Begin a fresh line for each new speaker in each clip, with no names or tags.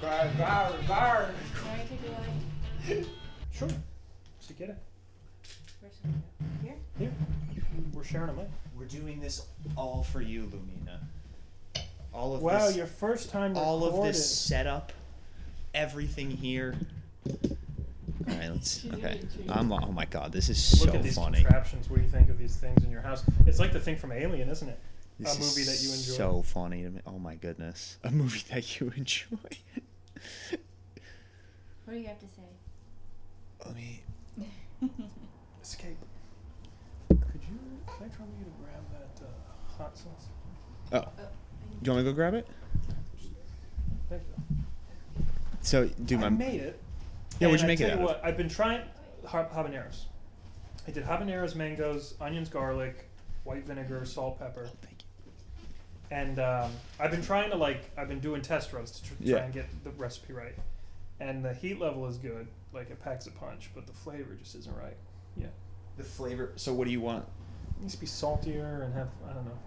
Bar, bar, bar.
Sorry to do it.
Sure. So get it.
Where's it go? Here?
We're sharing a mic.
We're doing this all for you, Lumina. All of
Wow,
this,
your first time
all
recorded.
of this setup, everything here. All right, let's.
She's
Okay,
gonna be
I'm. Oh my God, this is
Look
so
at these
funny.
contraptions. What do you think of these things in your house? It's like the thing from Alien, isn't it?
This
a movie
is
that you enjoy.
So funny to me. Oh my goodness, a movie that you enjoy.
What do you have to say?
Let me.
Escape. Could you? Can I try you to grab that uh, hot sauce?
Oh, do you want me to go grab it?
Thank you.
So, do
I
my.
made it.
Yeah,
and
what'd you make
I
it
tell
out
you
of?
what, I've been trying ha- habaneros. I did habaneros, mangoes, onions, garlic, white vinegar, salt, pepper.
Thank you.
and um, I've been trying to like I've been doing test runs to tr- try
Yeah.
and get the recipe right. And the heat level is good, like it packs a punch, but the flavor just isn't right.
The flavor. So, what do you want?
It needs to be saltier and have I don't know.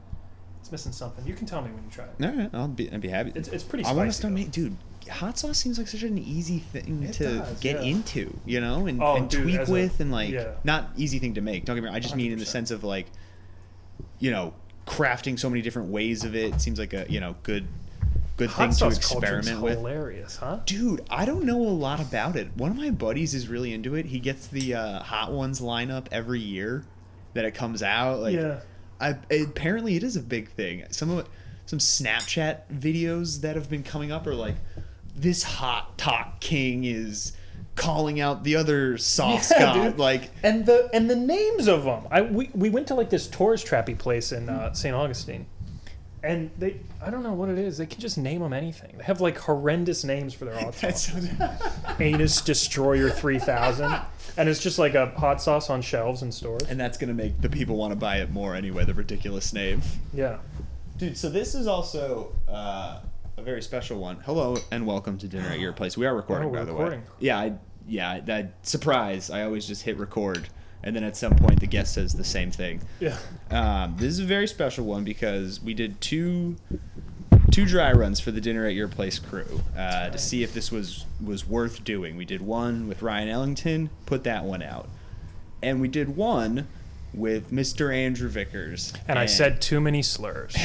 It's missing something. You can tell me when you try it.
All right, I'll be. I'll be happy.
It's it's pretty.
I
Spicy,
want to start
though.
making, dude. Hot sauce seems like such an easy thing
It
to
does,
get
yeah.
into, you know, and,
Oh,
and
dude,
tweak
as a-
with, and like
yeah.
not easy thing to make. Don't get me wrong. I just mean in the
100%.
sense of like, you know, crafting so many different ways of it. seems like a you know good, good
Hot
thing to
sauce culture is
experiment with.
Hilarious, huh?
Dude, I don't know a lot about it. One of my buddies is really into it. He gets the uh, hot ones lineup every year that it comes out. Like,
yeah.
I, apparently it is a big thing. Some of some Snapchat videos that have been coming up are like this hot talk king is calling out the other sauce
Yeah,
god.
dude.
Like
And the and the names of them. I we, we went to like this tourist trappy place in uh, St. Augustine, and they I don't know what it is. They can just name them anything. They have like horrendous names for their hot
that
sauce.
sounds
Anus Destroyer three thousand, and it's just like a hot sauce on shelves in stores.
and that's gonna make the people want to buy it more anyway. The ridiculous name,
Yeah.
dude. So this is also. Uh, a very special one. Hello and welcome to dinner at your place. We are recording,
Oh, we're
by the
recording.
way. Yeah, I, yeah. That surprise. I always just hit record, and then at some point the guest says the same thing.
Yeah.
Um, this is a very special one because we did two two dry runs for the dinner at your place crew uh, to see if this was was worth doing. We did one with Ryan Ellington, put that one out, and we did one with Mr. Andrew Vickers.
And I said too many slurs.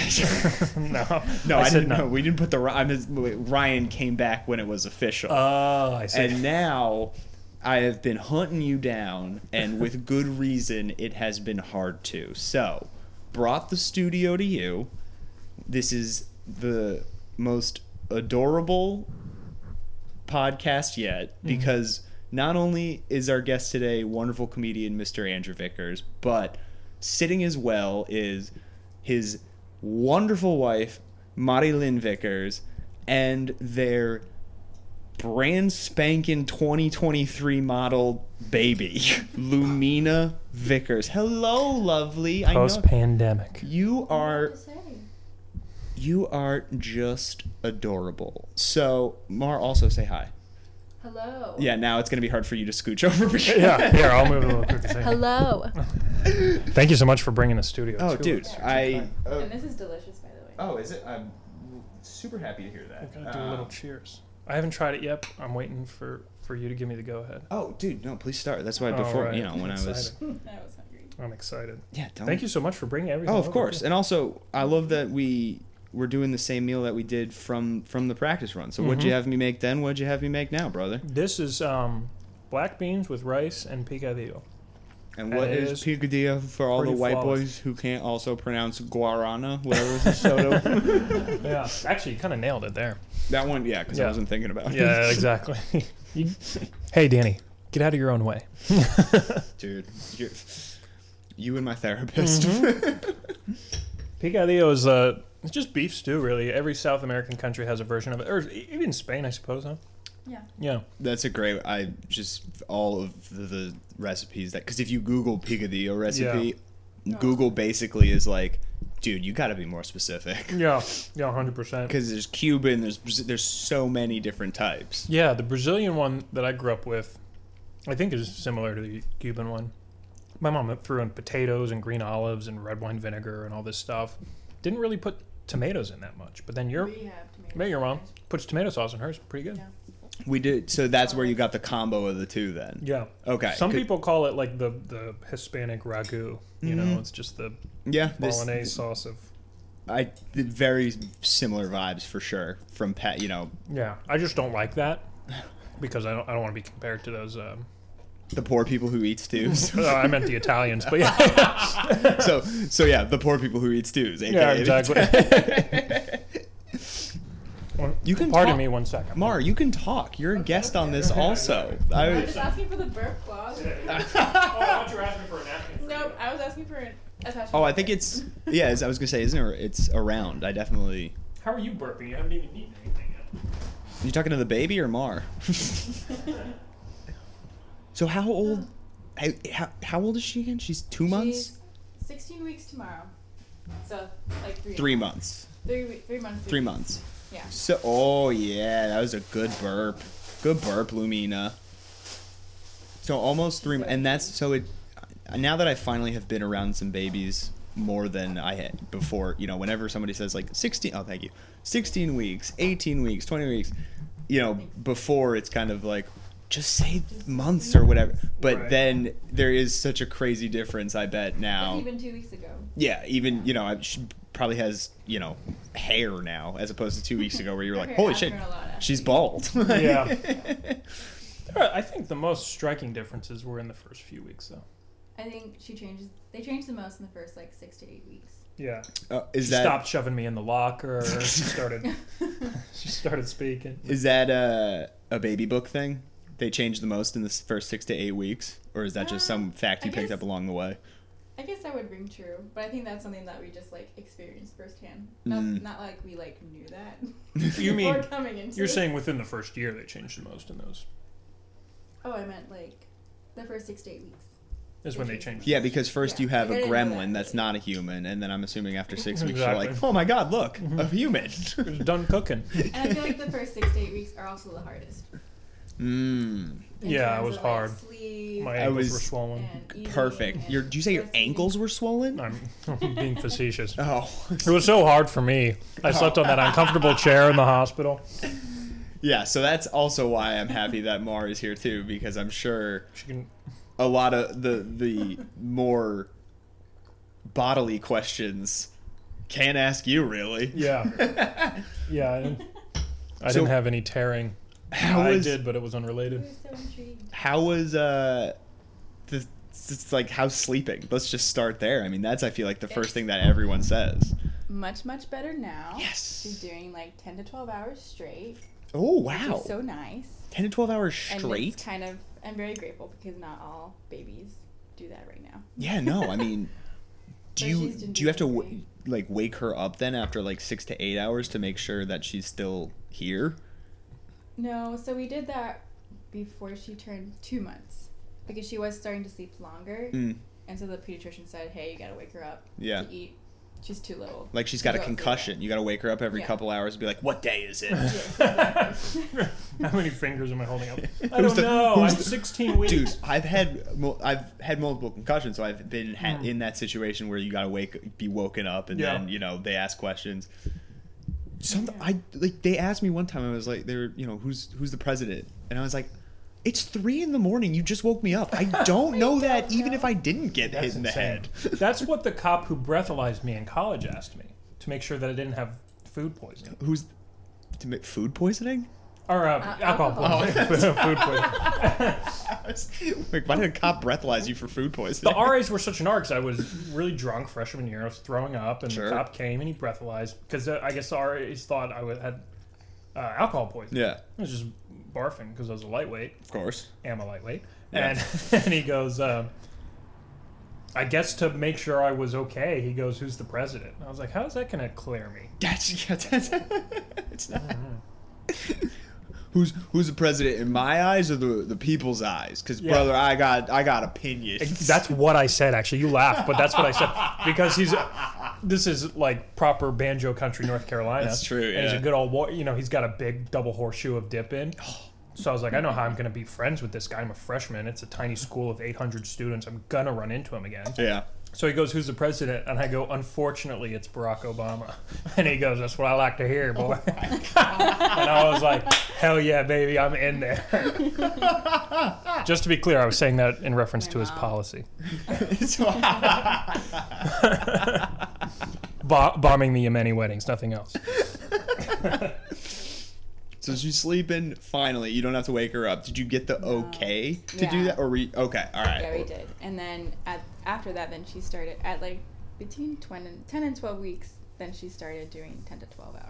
no.
no, I,
said
didn't know. We didn't put the Ry- I mean, Ryan came back when it was official.
Oh, I said.
And now I have been hunting you down, and with good reason, it has been hard to. So, brought the studio to you. This is the most adorable podcast yet because not only is our guest today wonderful comedian Mr. Andrew Vickers, but sitting as well is his wonderful wife Marilyn Vickers and their brand spanking 2023 model baby Lumina Vickers. Hello, lovely. I know
Post pandemic.
you
What
are
to say?
you are just adorable. So, Mar, also say hi.
Hello.
Yeah, now it's gonna be hard for you to scooch over. Because
Yeah. Here, I'll move a little quicker. Thank you.
Hello.
Thank you so much for bringing the studio.
Oh,
too.
dude, I.
and this is delicious, by the way.
oh, is it? I'm super happy to hear that.
We're gonna do a little
Uh,
cheers. I haven't tried it yet. but I'm waiting for for you to give me the go ahead.
oh, dude, no, please start. That's why
All
before,
right,
you know, when
I'm
I was.
excited.
I was hungry.
I'm excited.
Yeah, don't.
Thank you so much for bringing everything.
Oh, of
over.
course, and also I love that we were doing the same meal that we did from from the practice run. So
Mm-hmm.
what'd you have me make then? What'd you have me make now, brother?
This is um, black beans with rice and picadillo.
And
That
what is
is
picadillo for all the
pretty
white
flawless.
boys who can't also pronounce guarana, whatever is the soda?
Yeah, actually, you kind of nailed it there.
that one, yeah, because
Yeah.
I wasn't thinking about it.
Yeah, exactly. You- hey, Danny, get out of your own way.
dude, you're, you and my therapist.
Mm-hmm. Picadillo is uh, it's just beef stew, really. Every South American country has a version of it, or e- even Spain, I suppose. Huh?
Yeah.
Yeah.
That's a great. I just all of the, the recipes that because if you Google picadillo recipe, Google basically is like, dude, you got to be more specific
Yeah. Yeah. Hundred percent.
because there's Cuban, there's Braz- there's so many different types.
Yeah, the Brazilian one that I grew up with, I think is similar to the Cuban one. My mom threw in potatoes and green olives and red wine vinegar and all this stuff. Didn't really put tomatoes in that much. But then your
We have tomatoes.
maybe your mom
There's-
puts tomato sauce in hers. Pretty good.
Yeah.
We did. So that's where you got the combo of the two then.
Yeah.
Okay.
Some
could-
people call it like the the Hispanic ragu. You know, it's just the
Yeah. Mm-hmm. This,
bolognese sauce of.
I did very similar vibes for sure from Pat. You know,
Yeah, I just don't like that because I don't I don't want to be compared to those. Um,
the poor people who eat stews.
uh, I meant the Italians, but yeah,
so so yeah, the poor people who eat stews. AKA
yeah, exactly.
You can
pardon
talk-
me one second.
Mar, you can talk. You're a guest on this also. I,
I was asking for the burp clause.
Oh, you asking for a napkin?
Nope, I was asking for an attachment.
oh, I think it's yeah. As I was gonna say, isn't it? It's around. I definitely.
How are you burping? You haven't even eaten anything yet.
You talking to the baby or Mar? so how old? How, how, how old is she again? She's two months.
She's 16 weeks tomorrow. So, like three.
Three months.
Three, we- three months.
Three months.
Yeah.
So oh yeah, that was a good burp. Good burp, Lumina. So almost three, and that's so it. Now that I finally have been around some babies more than I had before, you know, whenever somebody says like sixteen, oh thank you, sixteen weeks, eighteen weeks, twenty weeks, you know, before it's kind of like just say months or whatever. But
Right.
then there is such a crazy difference. I bet now.
That's even two weeks ago.
Yeah, even you know, I- she probably has you know hair now as opposed to two weeks ago where you were like,
Her
"Holy
hair's
shit,
grown a lot, actually.
she's bald."
Yeah. I think the most striking differences were in the first few weeks, though.
I think she changes. They change the most in the first like six to eight weeks.
Yeah.
Uh, is
she
that is
stopped shoving me in the locker. she started. she started speaking.
that a a baby book thing? They change the most in the s- first six to eight weeks, or is that just
Uh,
some fact you
I
picked
guess-
up along the way?
I guess that would ring true, but I think that's something that we just like experienced firsthand. Not,
Mm.
not like we like knew that.
Hmm.
before
You mean
coming into?
you're
it.
saying within the first year they changed the most in those
Oh, I meant like the first six to eight weeks.
is when they changed.
Yeah, because first
Yeah,
you have
I
a
didn't know
gremlin
that.
that's not a human, and then I'm assuming after six weeks
Exactly.
you're like, "Oh my god, look, a human."
It was done cooking.
And I feel like the first six to eight weeks are also the hardest.
mm,
in
Yeah, it
terms
was
of,
hard.
Like, sleep
My
I
ankles
was-
were swollen.
and eating
perfect.
and
Your, do you say your
breastfeeding.
ankles were swollen?
I'm, I'm being facetious.
Oh,
It was so hard for me. I slept on that uncomfortable chair in the hospital.
Yeah, so that's also why I'm happy that Mar is here too, because I'm sure
She can.
a lot of the the more bodily questions can't ask you really.
Yeah. Yeah. I didn't, I
So-
didn't have any tearing.
How
I
was
did, but it was
We
unrelated.
were so intrigued.
how was uh the it's like how's sleeping? Let's just start there. I mean, that's I feel like the first thing that everyone says.
Much much better now.
Yes.
She's doing like ten to twelve hours straight.
Oh
She's
wow,
so nice.
ten to twelve hours
And
straight.
it's kind of, I'm very grateful because not all babies do that right now.
yeah, no, I mean, do
But
you
she's been
do you have to
doing
w- like wake her up then after like six to eight hours to make sure that she's still here?
No, so we did that before she turned two months because she was starting to sleep longer.
Mm.
And so the pediatrician said, hey, you gotta wake her up
Yeah.
to eat. She's too little.
Like she's got a
Go through
concussion. You got to wake her up every
Yeah.
couple hours and be like, "What day is it?"
How many fingers am I holding up? I
Who's
don't
the-
know. I'm
who's the-
16 weeks.
Dude, I've had mul- I've had multiple concussions, so I've been ha- in that situation where you got to wake be woken up and
Yeah.
then, you know, they ask questions. Some I like they asked me one time I was like they were, you know, who's who's the president? And I was like, "It's 3 in the morning. You just woke me up. I don't know that even if I didn't get hit in the head."
That's what the cop who breathalyzed me in college asked me to make sure that I didn't have food poisoning
Who's to make food poisoning?
or uh, alcohol,
alcohol.
poisoning. food poisoning.
I was like, why did a cop breathalyze you for food
The
poisoning?
RAs were such an arc 'cause I was really drunk freshman year. I was throwing up, and
Sure.
the cop came and he breathalyzed because uh, I guess the RAs thought I was, had uh, alcohol poisoning.
yeah,
I was just barfing because I was a lightweight.
of course.
am a lightweight.
Yeah.
And and he goes, um, I guess to make sure I was okay, he goes, Who's the president? And I was like, How's that gonna clear me?
That's, yeah, that's, it's not. who's who's the president in my eyes or the the people's eyes? Because
Yeah.
brother, I got I got opinions.
That's what I said, actually. You laughed, but that's what I said. Because he's this is like proper banjo country North Carolina.
That's true,
And he's a
yeah.
good old war you know, he's got a big double horseshoe of dip in. So I was like, I know how I'm gonna be friends with this guy. I'm a freshman. It's a tiny school of eight hundred students. I'm gonna run into him again.
yeah.
So he goes, "Who's the president?" And I go, "Unfortunately, it's Barack Obama." And he goes, "That's what I like to hear, boy."
Oh
and I was like, "Hell yeah, baby, I'm in there." Just to be clear, I was saying that in reference
My
to his
mom.
policy,
so
Bo- bombing the Yemeni weddings, nothing else.
she's sleeping. Finally, you don't have to wake her up. Did you get the okay to do
Yeah.
that, or were you, okay? All right.
Yeah, we did. And then at, after that, then she started at like between 20, and- 10 and 12 weeks, then she started doing 10 to 12 hours.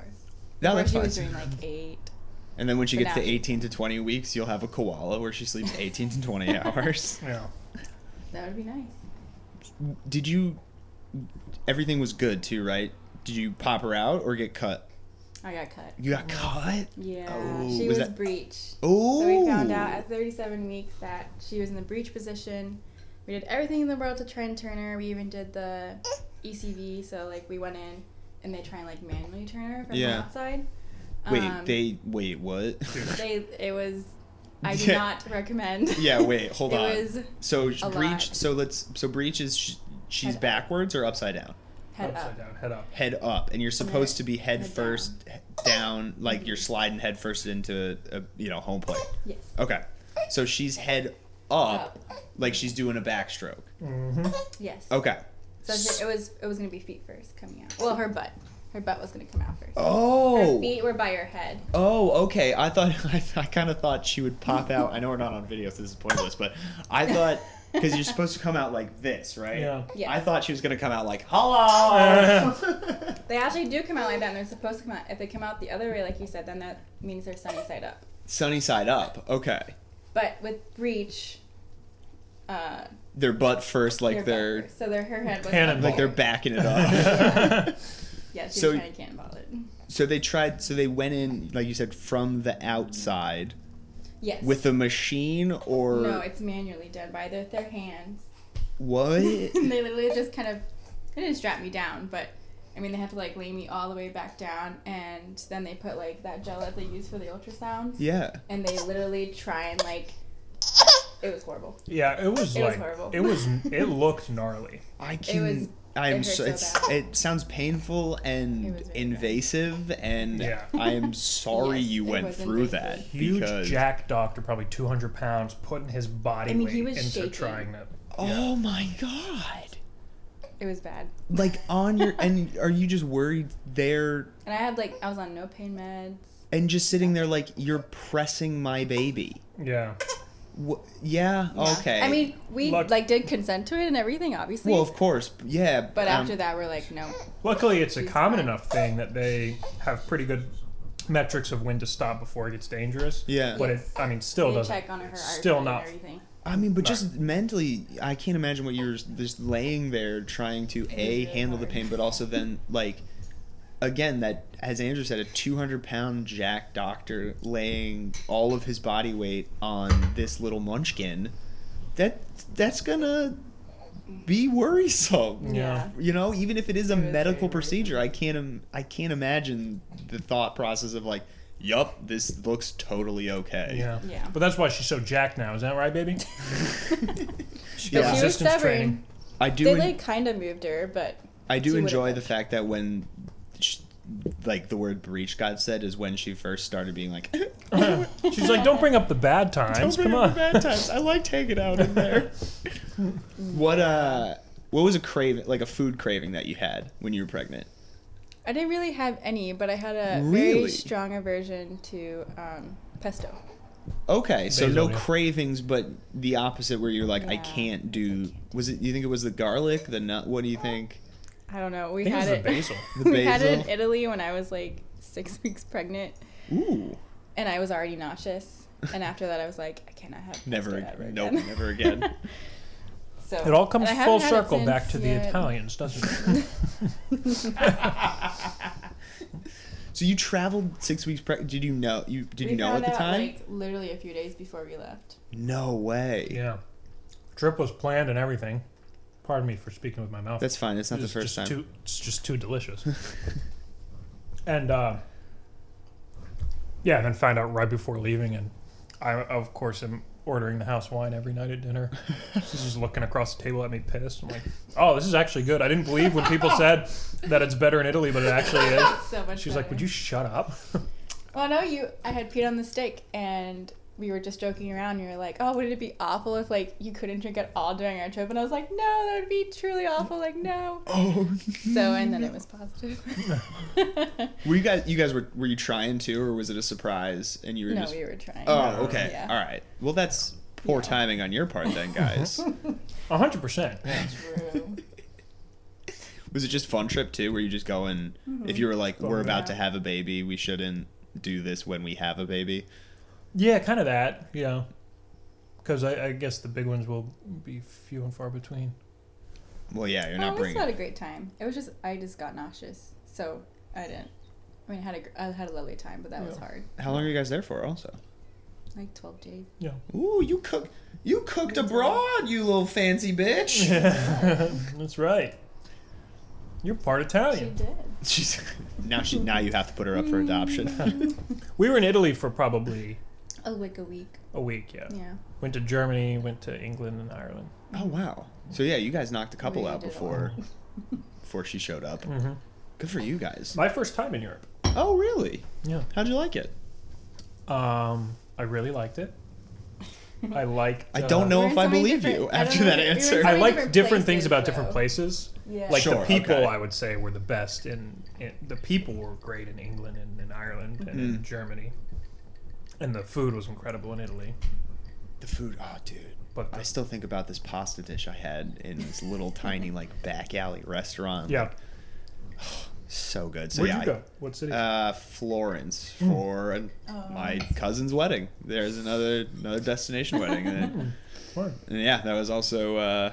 That
Where
makes
she was
sense.
doing like eight.
And then when she
But
gets to
now-
18 to 20 weeks, you'll have a koala where she sleeps 18 to 20 hours.
Yeah.
That would be nice.
Did you? Everything was good too, right? Did you pop her out or get cut?
I got cut.
You got cut.
Yeah,
Oh,
she was,
was that-
breech.
Oh.
So we found out at 37 weeks that she was in the breech position. We did everything in the world to try and turn her. We even did the ECV. So like we went in and they try and like manually turn her from
Yeah.
the outside.
Wait,
Um,
they wait what?
They it was. I do
Yeah.
not recommend.
yeah, wait, hold
it
on.
was
so sh-
a
breach.
lot.
So let's. So breach is sh- she's
Head up.
backwards or upside down.
head
Upside
up.
down, head up.
Head up, and you're supposed to be head,
head
first down. down, like you're sliding head first into a you know home plate.
Yes.
Okay, so she's head up, like she's doing a backstroke.
Yes.
Okay.
So she, it was it was gonna be feet first coming out. Well, her butt. Her butt was gonna come out first. Her
Oh.
feet were by her head.
Oh, okay. I thought I, I kind of thought she would pop out. I know we're not on video, so this is pointless. But I thought because you're supposed to come out like this, right?
Yeah.
Yes.
I thought she was gonna come out like hello.
They actually do come out like that, and they're supposed to come out. If they come out the other way, like you said, then that means they're sunny side up.
Sunny side up. Okay.
But with breech, uh,
Their butt first,
they're
like they're
backwards. so their her head was
Cannonball.
like they're
their
backing it up.
yeah, she's
so-
trying to cannonball it.
so they tried. So they went in, like you said, from the outside
Yes.
with a machine or
no, it's manually done by their, their hands.
what?
And they literally just kind of they didn't strap me down, but I mean they had to like lay me all the way back down, and then they put like that gel that they use for the ultrasound,
yeah.
and they literally try and like it was horrible.
Yeah, it was
It was
like
horrible.
it was it looked gnarly.
I can.
was-
I am
it hurt
so.
so
it's,
bad.
It sounds painful
It
and
was very
invasive, and
Yeah.
I am sorry
Yes,
you
it
went
was
through
invasive.
that
Huge
because.
jack doctor, probably 200 pounds, putting his body
I mean,
weight
he was
into
shaking.
trying that.
Oh my god!
It was bad.
Like on your and are you just worried there
And I had like I was on no pain meds.
and just sitting there like you're pressing my baby?
Yeah.
Wh- yeah, Okay.
I mean, we
Luck-
like did consent to it and everything, obviously.
well, of course, yeah.
but
um,
after that, we're like, no.
Luckily, it's a
She's
common
fine.
enough thing that they have pretty good metrics of when to stop before it gets dangerous.
Yeah.
But it, I mean, still
They
doesn't.
check on her, her
still
artery
not.
And everything.
I mean, but just mentally, I can't imagine what you're just laying there trying to a handle the pain, but also then like again that as Andrew said, a 200 pound jack doctor laying all of his body weight on this little munchkin. That that's gonna be worrisome.
Yeah.
You know, even if it is a
It was
medical
very
procedure, I can't Im- I can't imagine the thought process of like, yup, this looks totally okay.
Yeah.
Yeah.
But that's why she's so jacked now. Is that right, baby? She
Yeah.
got
She was
resistance
stubborn.
training.
I do
They
en-
like kind of moved her, but
I do
See what
enjoy
it
the fact that when, sh like the word breach got said is when she first started being like,
She's like, don't bring up the bad
"Don't
times.
bring
Come
up the
on.
bad times. I liked hanging out in there." what uh, what was a craving like a food craving that you had when you were pregnant?
I didn't really have any. But I had a
Really?
very strong aversion to um, pesto.
Okay, so
Basil,
no
yeah.
cravings, but the opposite where you're like, I
Yeah,
can't do. Was it? You think it was the garlic, the nut? What do you think?
I don't know. We
I think it was
had
the
it.
basil.
The
we had it in
basil?
Italy when I was like six weeks pregnant,
Ooh,
and I was already nauseous. And after that, I was like, I cannot have pesto
never.
ever
Again.
again.
Nope, never again.
so
It all comes
and I
full
haven't had it
circle back
since
to the
yet.
Italians, doesn't it?
so you traveled six weeks. Pre- did you know? You did
We
you know at
found
the
out,
time?
Like literally a few days before we left.
No way.
yeah. Trip was planned and everything. Pardon me for speaking with my mouth.
That's fine. It's not the
It's
first
just
time.
Too, it's just too delicious. and uh, yeah, and then find out right before leaving, and I of course am ordering the house wine every night at dinner. She's just looking across the table at me, pissed. I'm like, "Oh, this is actually good. I didn't believe when people said that it's better in Italy, but it actually is."
so much.
She's like,
better.
"Would you shut up?"
Well, no, you. I had peed on the steak, and we were just joking around. And you were like, "Oh, would it be awful if like you couldn't drink at all during our trip?" And I was like, "No, that would be truly awful. Like, no."
Oh.
So, and then it was positive.
Were you guys? You guys were? Were you trying to, or was it a surprise? And you were
no,
just.
we were trying.
Oh, okay.
Yeah.
All right. Well, that's poor
Yeah.
timing on your part, then, guys.
hundred percent.
True.
was it just fun trip too? Were you just going? If you were like, we're about
Mm-hmm. Yeah.
to have a baby, we shouldn't do this when we have a baby.
Yeah, kind of that. You know, because I, I guess the big ones will be few and far between.
Well, yeah, you're
Well,
not
it was
bringing.
Oh, not a great time. It was just I just got nauseous, so I didn't. I mean, I had a gr- I had a lovely time, but that was
Yeah.
hard.
How long are you guys there for? Also.
Like twelve days.
Yeah.
Ooh, you cook. You cooked abroad, you little fancy bitch.
That's right. You're part Italian.
did.
She's now she now you have to put her up for adoption.
We were in Italy for probably
Oh, like a week.
a week, yeah.
Yeah.
Went to Germany, went to England and Ireland.
oh wow. So yeah, you guys knocked a couple
We
out
did a
before before she showed up.
Mm-hmm.
Good for you guys.
My first time in Europe.
Oh really?
Yeah.
How'd you like it?
Um, I really liked it. I liked.
I
uh,
don't know
We're
if
in
I
so many
believe you
different- I
after
don't know.
that
It was
answer.
I
Very
liked
different
different, things
places,
about different
though.
places.
Yeah.
Like
Sure,
the people,
okay.
I would say were the best in, in the people were great in England and in Ireland and
Mm-hmm.
in Germany, and the food was incredible in Italy.
The food. Oh dude.
But
I
the,
still think about this pasta dish I had in this little tiny like back alley restaurant.
yeah,
So good. So
where'd
yeah.
you
I-
go? Mm. What city?
Uh, Florence for an-
Oh.
my cousin's wedding. There's another another destination wedding. And
Where?
And yeah, that was also uh,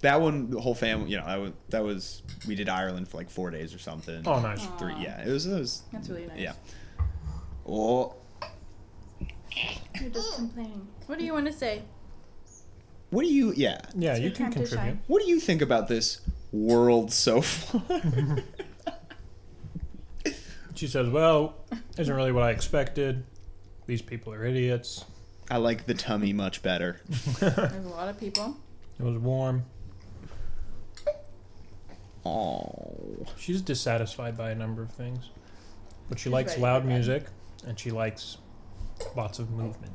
that one. The whole family, you know, that was that was we did Ireland for like four days or something.
Oh, nice.
Three, yeah, it was. It was
That's really nice.
yeah. Oh,
You're just complaining. What do you want to say?
what do you? Yeah,
Yeah,
It's
you
your
can
time to
contribute.
shine.
what do you think about this world so far?
She says, "Well, isn't really what I expected. These people are idiots.
I like the tummy much better.
There's a lot of people.
It was warm.
Oh,
She's dissatisfied by a number of things, but she likes
ready
loud
for bed.
music and she likes lots of movement.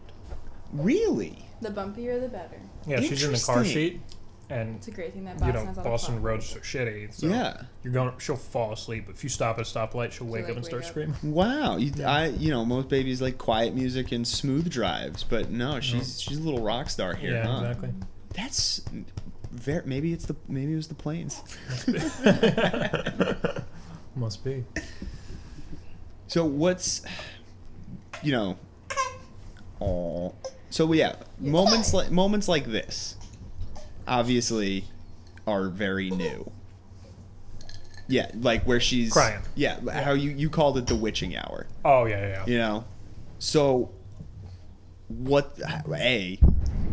really?
The bumpier, the better.
Yeah, she's in the car
Interesting.
seat, and
It's a great thing that
you
Boston
know
has all
Boston
the clocks.
roads are shitty. So
Yeah.
you're going. She'll fall asleep if you stop at a stoplight. She'll wake
like,
up and start
wake up.
screaming.
Wow. You, I you know most babies like quiet music and smooth drives, but no, she's she's a little rock star here.
yeah,
huh?
exactly.
That's very, maybe it's the maybe it was the planes.
Must be.
So what's you know oh so yeah moments like moments like this obviously are very new. Yeah, like where she's
Crying.
Yeah, how you you called it the witching hour,
Oh yeah, yeah. yeah.
you know. So what a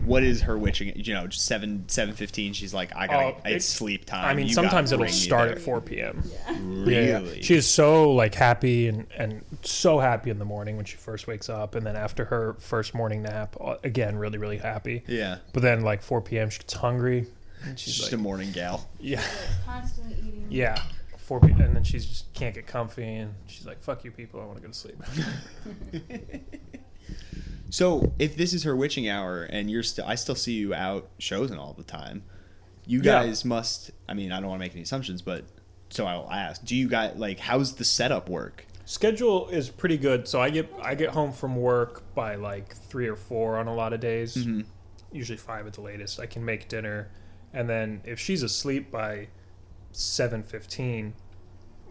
what is her witching? You know, just seven seven fifteen. She's like, I gotta.
Oh,
it's
it-
sleep time.
I mean,
you gotta
sometimes it'll
bring me
start
there."
at 4 p.m.
Really?
Yeah, yeah. She is so like happy and and so happy in the morning when she first wakes up, and then after her first morning nap, uh, again really really happy.
yeah.
But then like 4 p.m. she gets hungry. And
She's
she's
just
like,
a morning gal.
yeah,
Constantly eating.
yeah. 4 p.m. and then she's just can't get comfy, and she's like, "Fuck you, people! I want to go to sleep."
So if this is her witching hour, and you're still, I still see you out shows and all the time. You
Yeah.
guys must. I mean, I don't want to make any assumptions, but so I will ask. Do you guys like how's the setup work?
Schedule is pretty good, so I get I get home from work by like three or four on a lot of days,
Mm-hmm.
usually five at the latest. I can make dinner, and then if she's asleep by seven fifteen,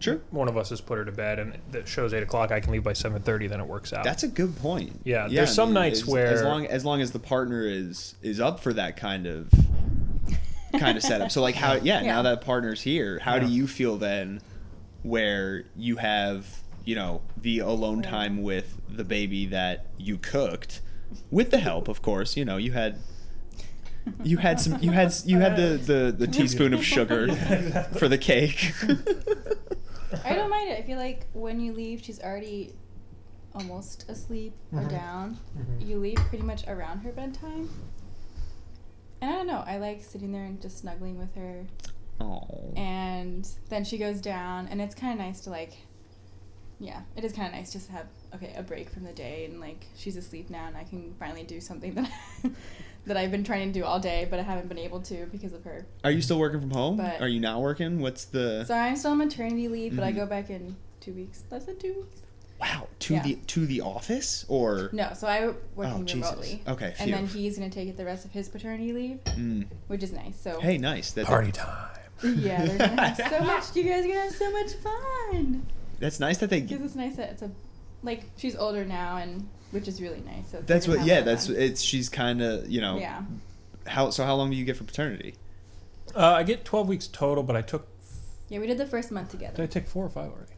Sure,
one of us has put her to bed and that shows eight o'clock i can leave by 7.30 then it works out
that's a good point.
Yeah, there's some nights
as, as
where-
long as long as the partner is is up for that kind of kind of setup. So like how yeah,
Yeah.
now that partner's here, how do
Yeah.
you feel then? Where you have you know the alone time with the baby that you cooked, with the help, of course. You know you had. You had some. You had you had the, the, the teaspoon of sugar for the cake.
I don't mind it. I feel like when you leave, she's already almost asleep or
Mhm.
down,
Mhm.
you leave pretty much around her bedtime. And I don't know, I like sitting there and just snuggling with her.
Oh.
And then she goes down, and it's kind of nice to like, yeah, it is kind of nice just to have okay a break from the day, and like she's asleep now, and I can finally do something that that I've been trying to do all day, but I haven't been able to because of her.
Are you still working from home?
But-
Are you not working? What's the
So I'm still on maternity leave, but I
Mhm.
go back in two weeks. Less than two weeks.
wow to
Yeah.
the to the office or
No, so I'm
oh
working
Jesus?
remotely.
Okay,
And
phew.
then he's gonna take it the rest of his paternity leave,
Mm.
which is nice. So
Hey, nice. That's
Party time.
yeah, they're gonna have so much. You guys are gonna have so much fun
that's nice that they.
because it's nice that it's a like she's older now, and which is really nice. So it's
That's
like
what.
a
Yeah,
have
that's
fun.
it's. She's kind of you know.
yeah.
How so? How long do you get for paternity?
Uh, I get 12 weeks total, but I took.
Yeah, we did the first month
Did I
together.
take four or five already?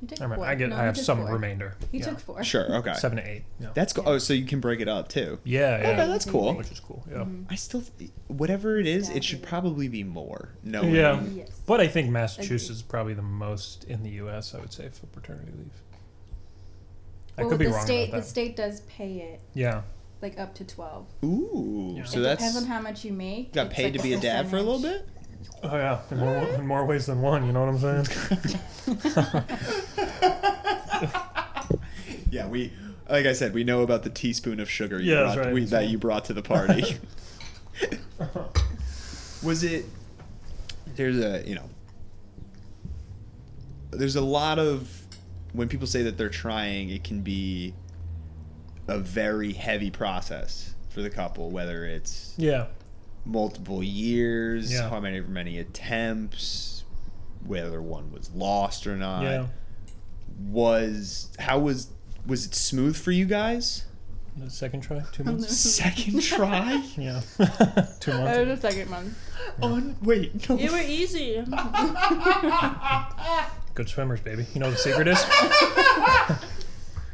He took
I, mean,
four.
I get.
No,
I
he
have
took
some
four.
remainder.
He
Yeah.
took four.
Sure. Okay.
Seven to eight. Yeah.
That's go-
Yeah.
oh, so you can break it up too.
yeah, yeah.
Okay, that's cool.
Which is cool. Yeah.
Mhm.
I still, whatever it is, it should
Exactly.
probably be more. No.
Yeah.
Yes.
But I think Massachusetts is probably the most in the U.S. I would say for paternity leave. I
Well,
could be
the
wrong
state,
about
The
that.
state does pay it
yeah.
like up to twelve.
Ooh.
Yeah.
So
it
that's
depends on how much you make.
got
It's,
paid
like,
to be a dad for a little bit.
Oh yeah. In more, in more ways than one. You know what I'm saying?
Yeah, we, like I said, we know about the teaspoon of sugar you
Yeah, that's
brought,
right.
we, that you brought to the party. Was it? There's a you know. There's a lot of when people say that they're trying, it can be a very heavy process for the couple, whether it's
yeah.
multiple years,
Yeah.
how many many attempts, whether one was lost or not.
Yeah.
Was how was was it smooth for you guys?
The second try. Two months.
Second try?
Yeah. Two months.
That was the second month.
On wait, no.
You were easy.
Good swimmers, baby. You know what the secret is?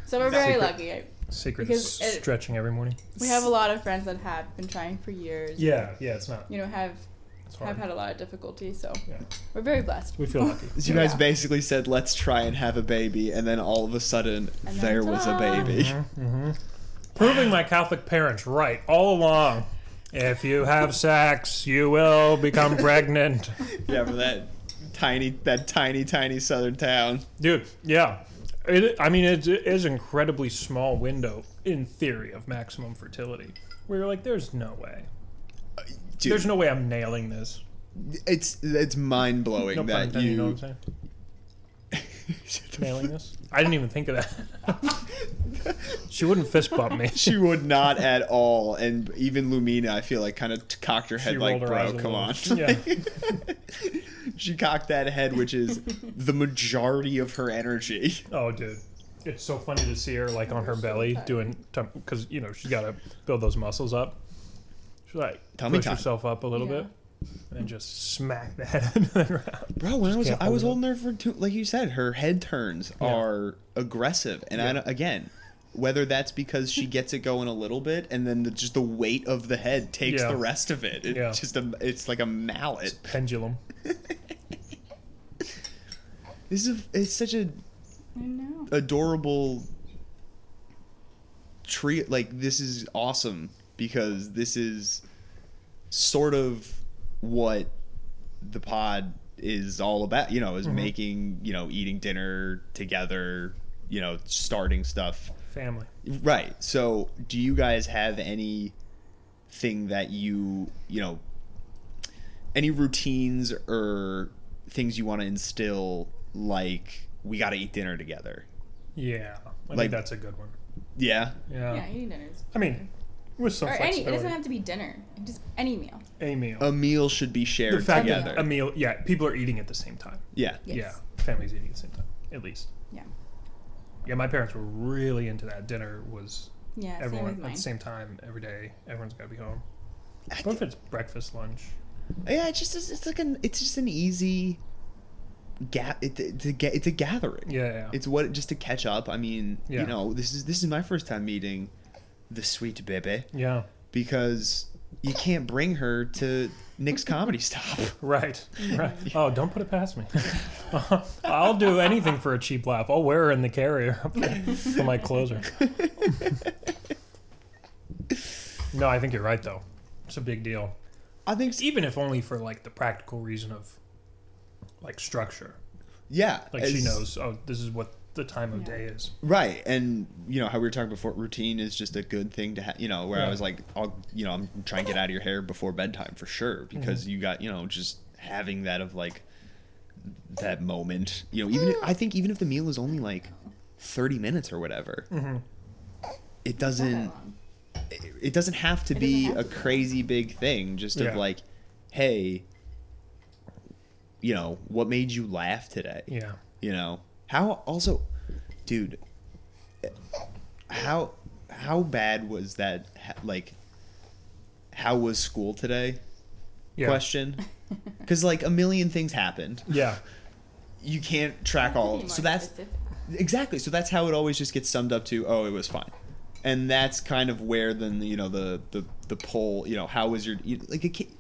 So we're very
Secret.
lucky. I-
secret is
Because it-
stretching every morning.
We have a lot of friends that have been trying for years.
Yeah. Yeah. It's not.
You know, have
It's
have
hard.
had a lot of difficulty, so
Yeah.
we're very blessed.
We feel lucky.
So you guys
Yeah.
basically said, "Let's try and have a baby," and then all of a sudden,
And then
there was a
ta-da.
baby.
hmm Proving my Catholic parents right all along. If you have sex, you will become pregnant.
yeah, for that tiny, that tiny, tiny southern town.
Dude, yeah. It, I mean, it, it is incredibly small window in theory of maximum fertility. Where you're like, there's no way.
Dude,
Uh, There's no way I'm nailing this.
it's it's mind blowing
No pun
that
intended, you know
you.
what I'm saying? Nailing this? I didn't even think of that. she wouldn't fist bump me.
she would not at all, and even Lumina, I feel like, kind of t- cocked her head
She
like,
rolled her
"Bro,
eyes a
come on."
little.
she cocked that head, which is the majority of her energy.
Oh, dude. It's so funny to see her like on her belly doing because you know she's got to build those muscles up. She's like
Tummy
push
time.
herself up a little
Yeah.
bit and then just smack the head into the ground.
Bro, when I was
can't
I was
hold
holding her for two, like you said, her head turns are aggressive, and I don't, again, whether that's because she gets it going a little bit, and then the, just the weight of the head takes
Yeah.
the rest of it. It's
Yeah.
just a, it's like a mallet.
Pendulum.
This is it's such a
I know.
adorable tree. Like this is awesome because this is sort of what the pod is all about. You know, is making you know eating dinner together. You know, starting stuff.
Family.
Right. So, do you guys have any thing that you you know any routines or things you want to instill? Like we got to eat dinner together.
Yeah. I
Like-
think that's a good one.
Yeah.
Yeah.
yeah, eating dinners.
I mean, with some
Or any. It
flexibility.
doesn't have to be dinner. Just any meal.
a meal.
A meal should be shared
the fact
together.
that a meal, yeah, people are eating at the same time.
yeah.
Yes.
Yeah, families eating at the same time, at least.
Yeah.
Yeah, my parents were really into that. Dinner was
Yeah. same with
everyone at
mine.
the same time every day. Everyone's got to be home. But if it's breakfast, lunch,
Yeah, it's just it's like an it's just an easy gap it, it's a ga- it's a gathering.
yeah, yeah.
It's what just to catch up. I mean,
Yeah.
you know, this is this is my first time meeting the sweet baby.
yeah.
because you can't bring her to Nick's comedy stop.
Right. Right. Oh, don't put it past me. I'll do anything for a cheap laugh. I'll wear her in the carrier up there for my closer. no, I think you're right though. It's a big deal.
I think s-
Even if only for like the practical reason of like structure.
yeah,
Like she
as-
knows, oh, this is what the time of
Yeah.
day is.
right? And you know how we were talking before, routine is just a good thing to have. You know, where
Yeah.
I was like, I'll, you know, I'm trying to get out of your hair before bedtime for sure
Mm-hmm.
because you got, you know, just having that of like that moment. You know, even if- I think even if the meal is only like thirty minutes or whatever,
Mm-hmm.
it doesn't. it- it doesn't have to
It doesn't
be
have
a
to be.
crazy big thing just
Yeah.
of like hey you know what made you laugh today
Yeah.
you know how also dude how how bad was that ha- like how was school today
Yeah.
question because like a million things happened
Yeah.
you can't track all so that's Exactly. So that's how it always just gets summed up to, oh, it was fine. And that's kind of where then you know the the the poll, you know, how was your you, like it can't-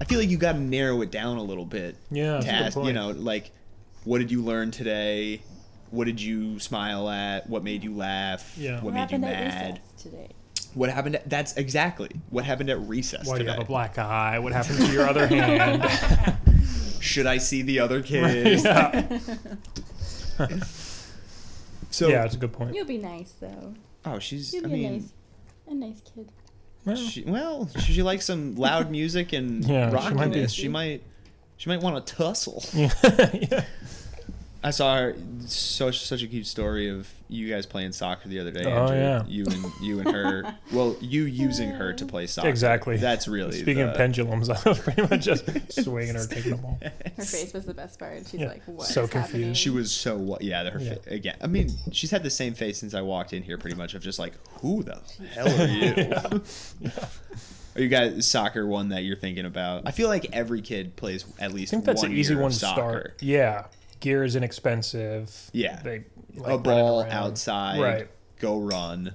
I feel like you got to narrow it down a little bit.
Yeah, that's a
To
good
ask, you
point.
know, like what did you learn today? What did you smile at? What made you laugh?
Yeah.
What,
What
made you mad?
today?
What happened? At, that's exactly what happened at recess
Why do you
today.
have a black eye? What happened to your other hand?
Should I see the other kids?
yeah.
So
yeah, it's a good point.
You'll be nice though.
oh, she's.
You'll
I
be
mean,
a nice, a nice kid.
Well,
She, well, she, she likes some loud music and
Yeah, she might be.
rockiness. She might, she might want to tussle.
yeah.
I saw her, such such a cute story of you guys playing soccer the other day.
Oh,
Andrew.
yeah.
you and you and her. Well, you using her to play soccer.
Exactly.
That's really
Speaking
the,
of pendulums, I was pretty much just swinging or taking the ball.
Her face was the best part. She's
Yeah.
like, what?
So
is
confused.
happening?"
She was so wa- yeah. Her
Yeah.
fa- again. I mean, she's had the same face since I walked in here, pretty much of just like, who the hell are you? Are you guys soccer one that you're thinking about? I feel like every kid plays at least
I think that's
one
an easy
year of
one to
soccer.
start. Yeah. Gear is inexpensive.
Yeah.
They like
a
running
ball
around.
outside,
Right.
go run,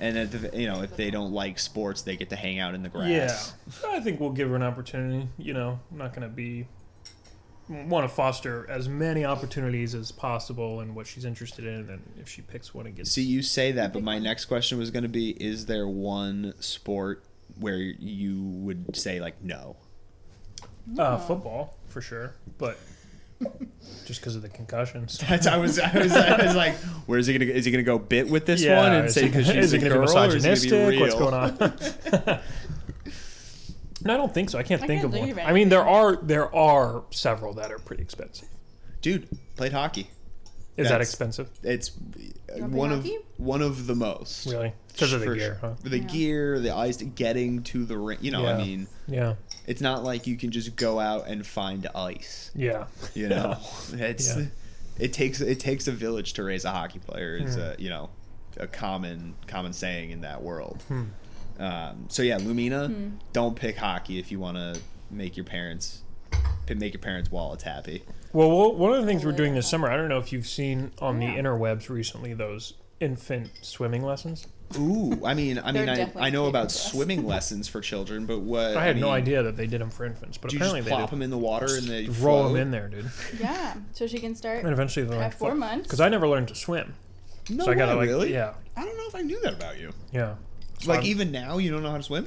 and at the, you know if they don't like sports, they get to hang out in the
Yeah.
grass.
I think we'll give her an opportunity. You know, I'm not going to be. Want to foster as many opportunities as possible and what she's interested in, and if she picks one and gets.
So you say that, but my next question was going to be: Is there one sport where you would say like no?
Uh, football, for sure, but just because of the concussions.
That's I was I was I was like, where is he going to is he going to go bit with this one and
is
say
it-
because she's
is
a
it gonna
girl or is it going to be real?
What's going on? no, I don't think so. I can't
I
think
can't
of
think
one.
of
I mean, there are there are several that are pretty expensive.
Dude, played hockey.
Is that
That's-
expensive?
It's
wanna play
uh, one of
hockey?
one of the most
Really? Because of the
For
gear,
sure.
huh?
The
Yeah.
gear, the ice, getting to the ring. You know, I
Yeah.
mean.
Yeah.
It's not like you can just go out and find ice.
Yeah.
You know, it's
Yeah.
it takes it takes a village to raise a hockey player.
Hmm.
Is uh, you know a common common saying in that world.
Hmm.
Um, so yeah, Lumina, don't pick hockey if you want to make your parents make your parents' wallets happy.
Well, well, one of the things we're doing this
Yeah.
summer, I don't know if you've seen on the
Yeah.
interwebs recently those infant swimming lessons.
Ooh, I mean, I mean,
They're
I,
definitely
I know
kidding
about
us.
swimming lessons for children, but what
I had no
mean,
idea that they did them for infants, but
Do you
apparently
just plop
they
them in the water and they
did. Roll them
float?
in there, dude.
Yeah. So she can start.
And eventually they're
At
like,
four months?
Because I never learned to swim.
No
so I got to
way,
like,
really?
yeah.
I don't know if I knew that about you.
Yeah. So
like
I'm-
even now, you don't know how to swim.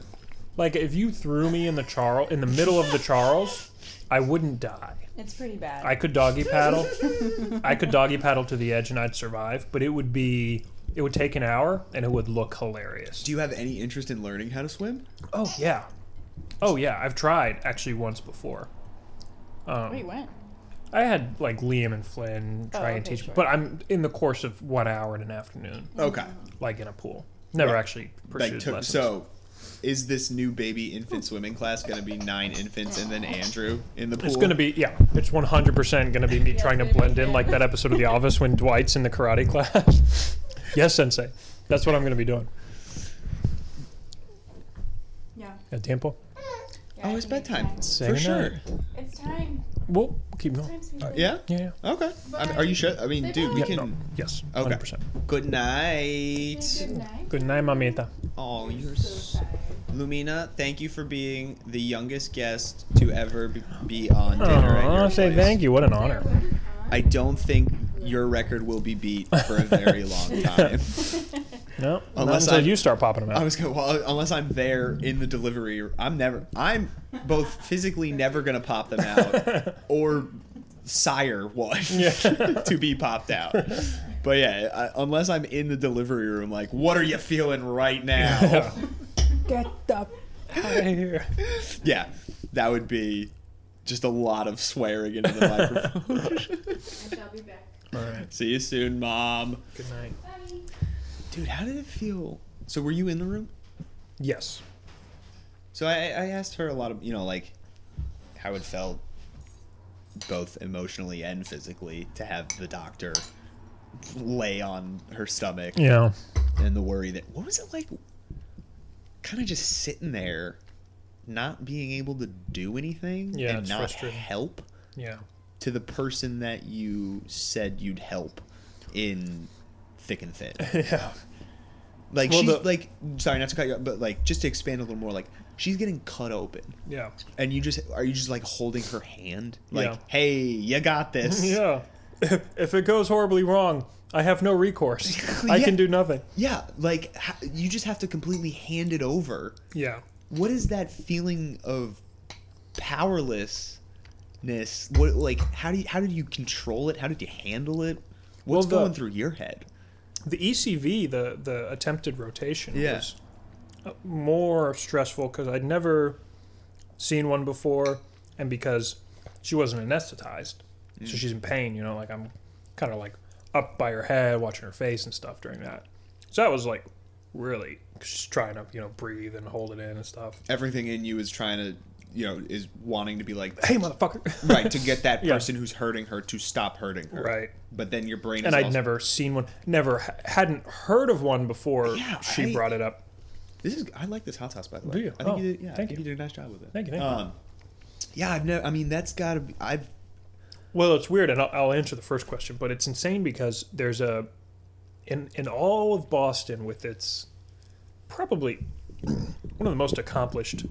Like if you threw me in the Charles in the middle of the Charles, I wouldn't die.
It's pretty bad.
I could doggy paddle. I could doggy paddle to the edge and I'd survive, but it would be it would take an hour and it would look hilarious.
Do you have any interest in learning how to swim?
oh yeah. Oh yeah, I've tried actually once before.
Wait, what?
I had like Liam and Flynn try and
Oh, okay,
teach me,
sure.
but I'm in the course of one hour in an afternoon,
Okay.
like in a pool. Never
Right.
actually pursued
Like took,
Mm-hmm. lessons.
so is this new baby infant swimming class going to be nine infants and then Andrew in the pool?
It's gonna be yeah. It's one hundred percent gonna be me trying to
gonna be
blend in
him.
like that episode of The Office when Dwight's in the karate class. yes, Sensei. That's what I'm gonna be doing.
Yeah.
At tempo.
Oh, it's bedtime.
Say
For
goodnight.
sure.
It's time.
Well, keep going.
Time, sweetie.
Uh, Yeah?
Yeah. yeah.
Okay. I mean, are you sure? I mean, dude, we
Yeah,
can.
no, yes.
Okay.
Hundred percent.
Good night.
Good night.
Good night, mamita.
Oh, you're so
Bye.
Lumina, thank you for being the youngest guest to ever be- be on dinner. at
Aw,
your
say
place.
thank you. What an honor.
I don't think your record will be beat for a very long time.
No, not
Unless
until
I'm-
you start popping them out.
I was going well, unless I'm there in the delivery. I'm never. I'm both physically never gonna pop them out, or sire one
Yeah.
to be popped out. But yeah, I, unless I'm in the delivery room, like, what are you feeling right now?
Get the out of here.
yeah, that would be just a lot of swearing into the microphone.
I shall be back.
All right.
See you soon, mom.
Good night.
Bye.
Dude, how did it feel? So were you in the room?
Yes.
So I, I asked her a lot of, you know, like how it felt both emotionally and physically to have the doctor lay on her stomach
Yeah.
and the worry that what was it like kind of just sitting there not being able to do anything
Yeah,
and
it's
not
frustrating.
help
Yeah.
to the person that you said you'd help in thick and thin
Yeah.
like
Well,
she's
the-
like sorry not to cut you off, but like just to expand a little more like she's getting cut open
Yeah.
and you just are you just like holding her hand like
Yeah.
hey you got this
Yeah. If, if it goes horribly wrong, I have no recourse. I
Yeah.
can do nothing.
yeah like ha- you just have to completely hand it over
Yeah.
what is that feeling of powerlessness what like how do you how did you control it how did you handle it
Well,
what's
the-
going through your head
The ECV, the the attempted rotation,
Yeah.
was uh, more stressful because I'd never seen one before, and because she wasn't anesthetized,
Mm.
so she's in pain. You know, like I'm kind of like up by her head, watching her face and stuff during that. So that was like really just trying to you know breathe and hold it in and stuff.
everything in you is trying to you know is wanting to be like
Hey, motherfucker!
right to get that
Yeah.
person who's hurting her to stop hurting her
Right.
but then your brain
and
is
I'd
also-
never seen one, never ha- hadn't heard of one before.
Yeah,
she
I-
brought it up.
This is I like this hot sauce by the way.
Do you?
I think
Oh,
you did. Yeah,
thank
I think
you.
you. did a nice job with it.
Thank you, thank you.
um, Yeah, I've never. I mean, that's got to be. I've.
Well, it's weird, and I'll, I'll answer the first question, but it's insane because there's a in in all of Boston with its probably one of the most accomplished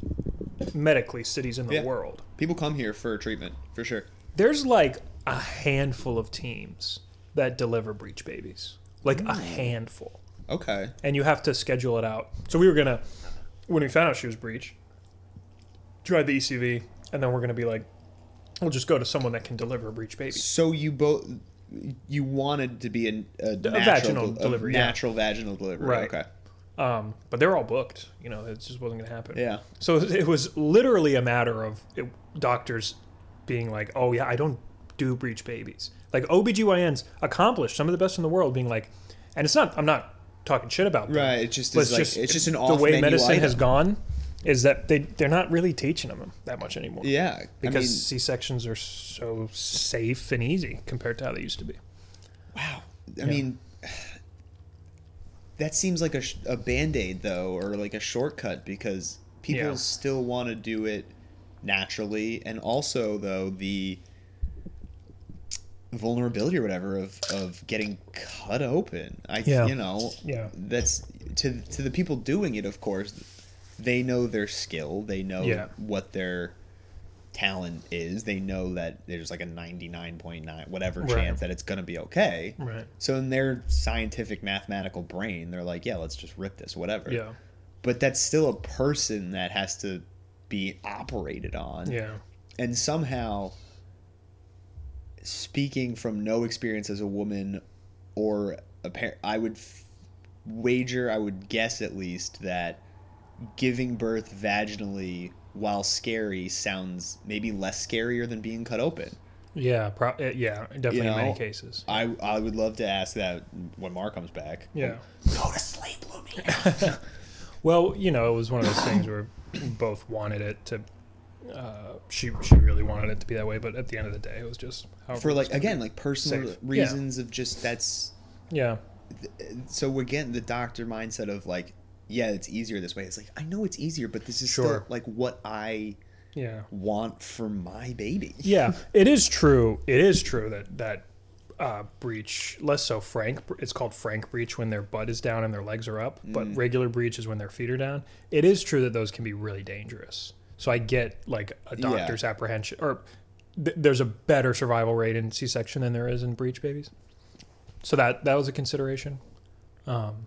medically cities in the
Yeah.
world.
People come here for treatment for sure.
There's like a handful of teams that deliver breech babies, like a handful,
Okay.
and you have to schedule it out. So we were gonna when we found out she was breech, tried the ECV, and then we're gonna be like, we'll just go to someone that can deliver a breech baby.
So you both you wanted to be an, a, natural,
vaginal
del- a
delivery, yeah.
natural vaginal delivery.
Right.
Okay.
Um, but they're all booked. You know, it just wasn't going to happen.
Yeah.
So it was literally a matter of it, doctors being like, oh, yeah, I don't do breech babies. Like, OBGYNs accomplished, some of the best in the world, being like, and it's not, I'm not talking shit about them.
Right, it just
but
is like- it's just an
The
off
way
menu
medicine
item.
has gone is that they, they're not really teaching them that much anymore.
Yeah.
Because
I mean,
C-sections are so safe and easy compared to how they used to be.
Wow. I mean, that seems like a, sh- a band aid, though, or like a shortcut because people
Yeah.
still want to do it naturally. And also, though, the vulnerability or whatever of, of getting cut open. I,
Yeah.
you know,
Yeah.
that's to, to the people doing it, of course, they know their skill, they know
Yeah.
what their talent is, they know that there's like a 99.9 whatever
Right.
chance that it's going to be okay.
Right.
So in their scientific mathematical brain, they're like, yeah, let's just rip this, whatever.
Yeah.
But that's still a person that has to be operated on.
Yeah.
And somehow speaking from no experience as a woman or a parent, I would f- wager, I would guess at least that giving birth vaginally while scary sounds maybe less scarier than being cut open.
Yeah. Pro- uh, yeah. Definitely in
know,
many cases.
I I would love to ask that when Mar comes back.
Yeah.
Go to sleep, Lumi.
Well, you know, it was one of those things where we both wanted it to. Uh, she she really wanted it to be that way, but at the end of the day, it was just how it
For
was.
like again, like personal
Safe.
reasons of just that's
yeah,
so again the doctor mindset of like yeah it's easier this way. It's like I know it's easier, but this is
Sure.
still like what I
yeah,
want for my baby.
yeah. It is true. It is true that that uh, breech, less so Frank. It's called Frank breech when their butt is down and their legs are up, but
Mm.
regular breech is when their feet are down. It is true that those can be really dangerous. So I get like a
Yeah.
doctor's apprehension, or th- there's a better survival rate in C-section than there is in breech babies. So that that was a consideration. Um,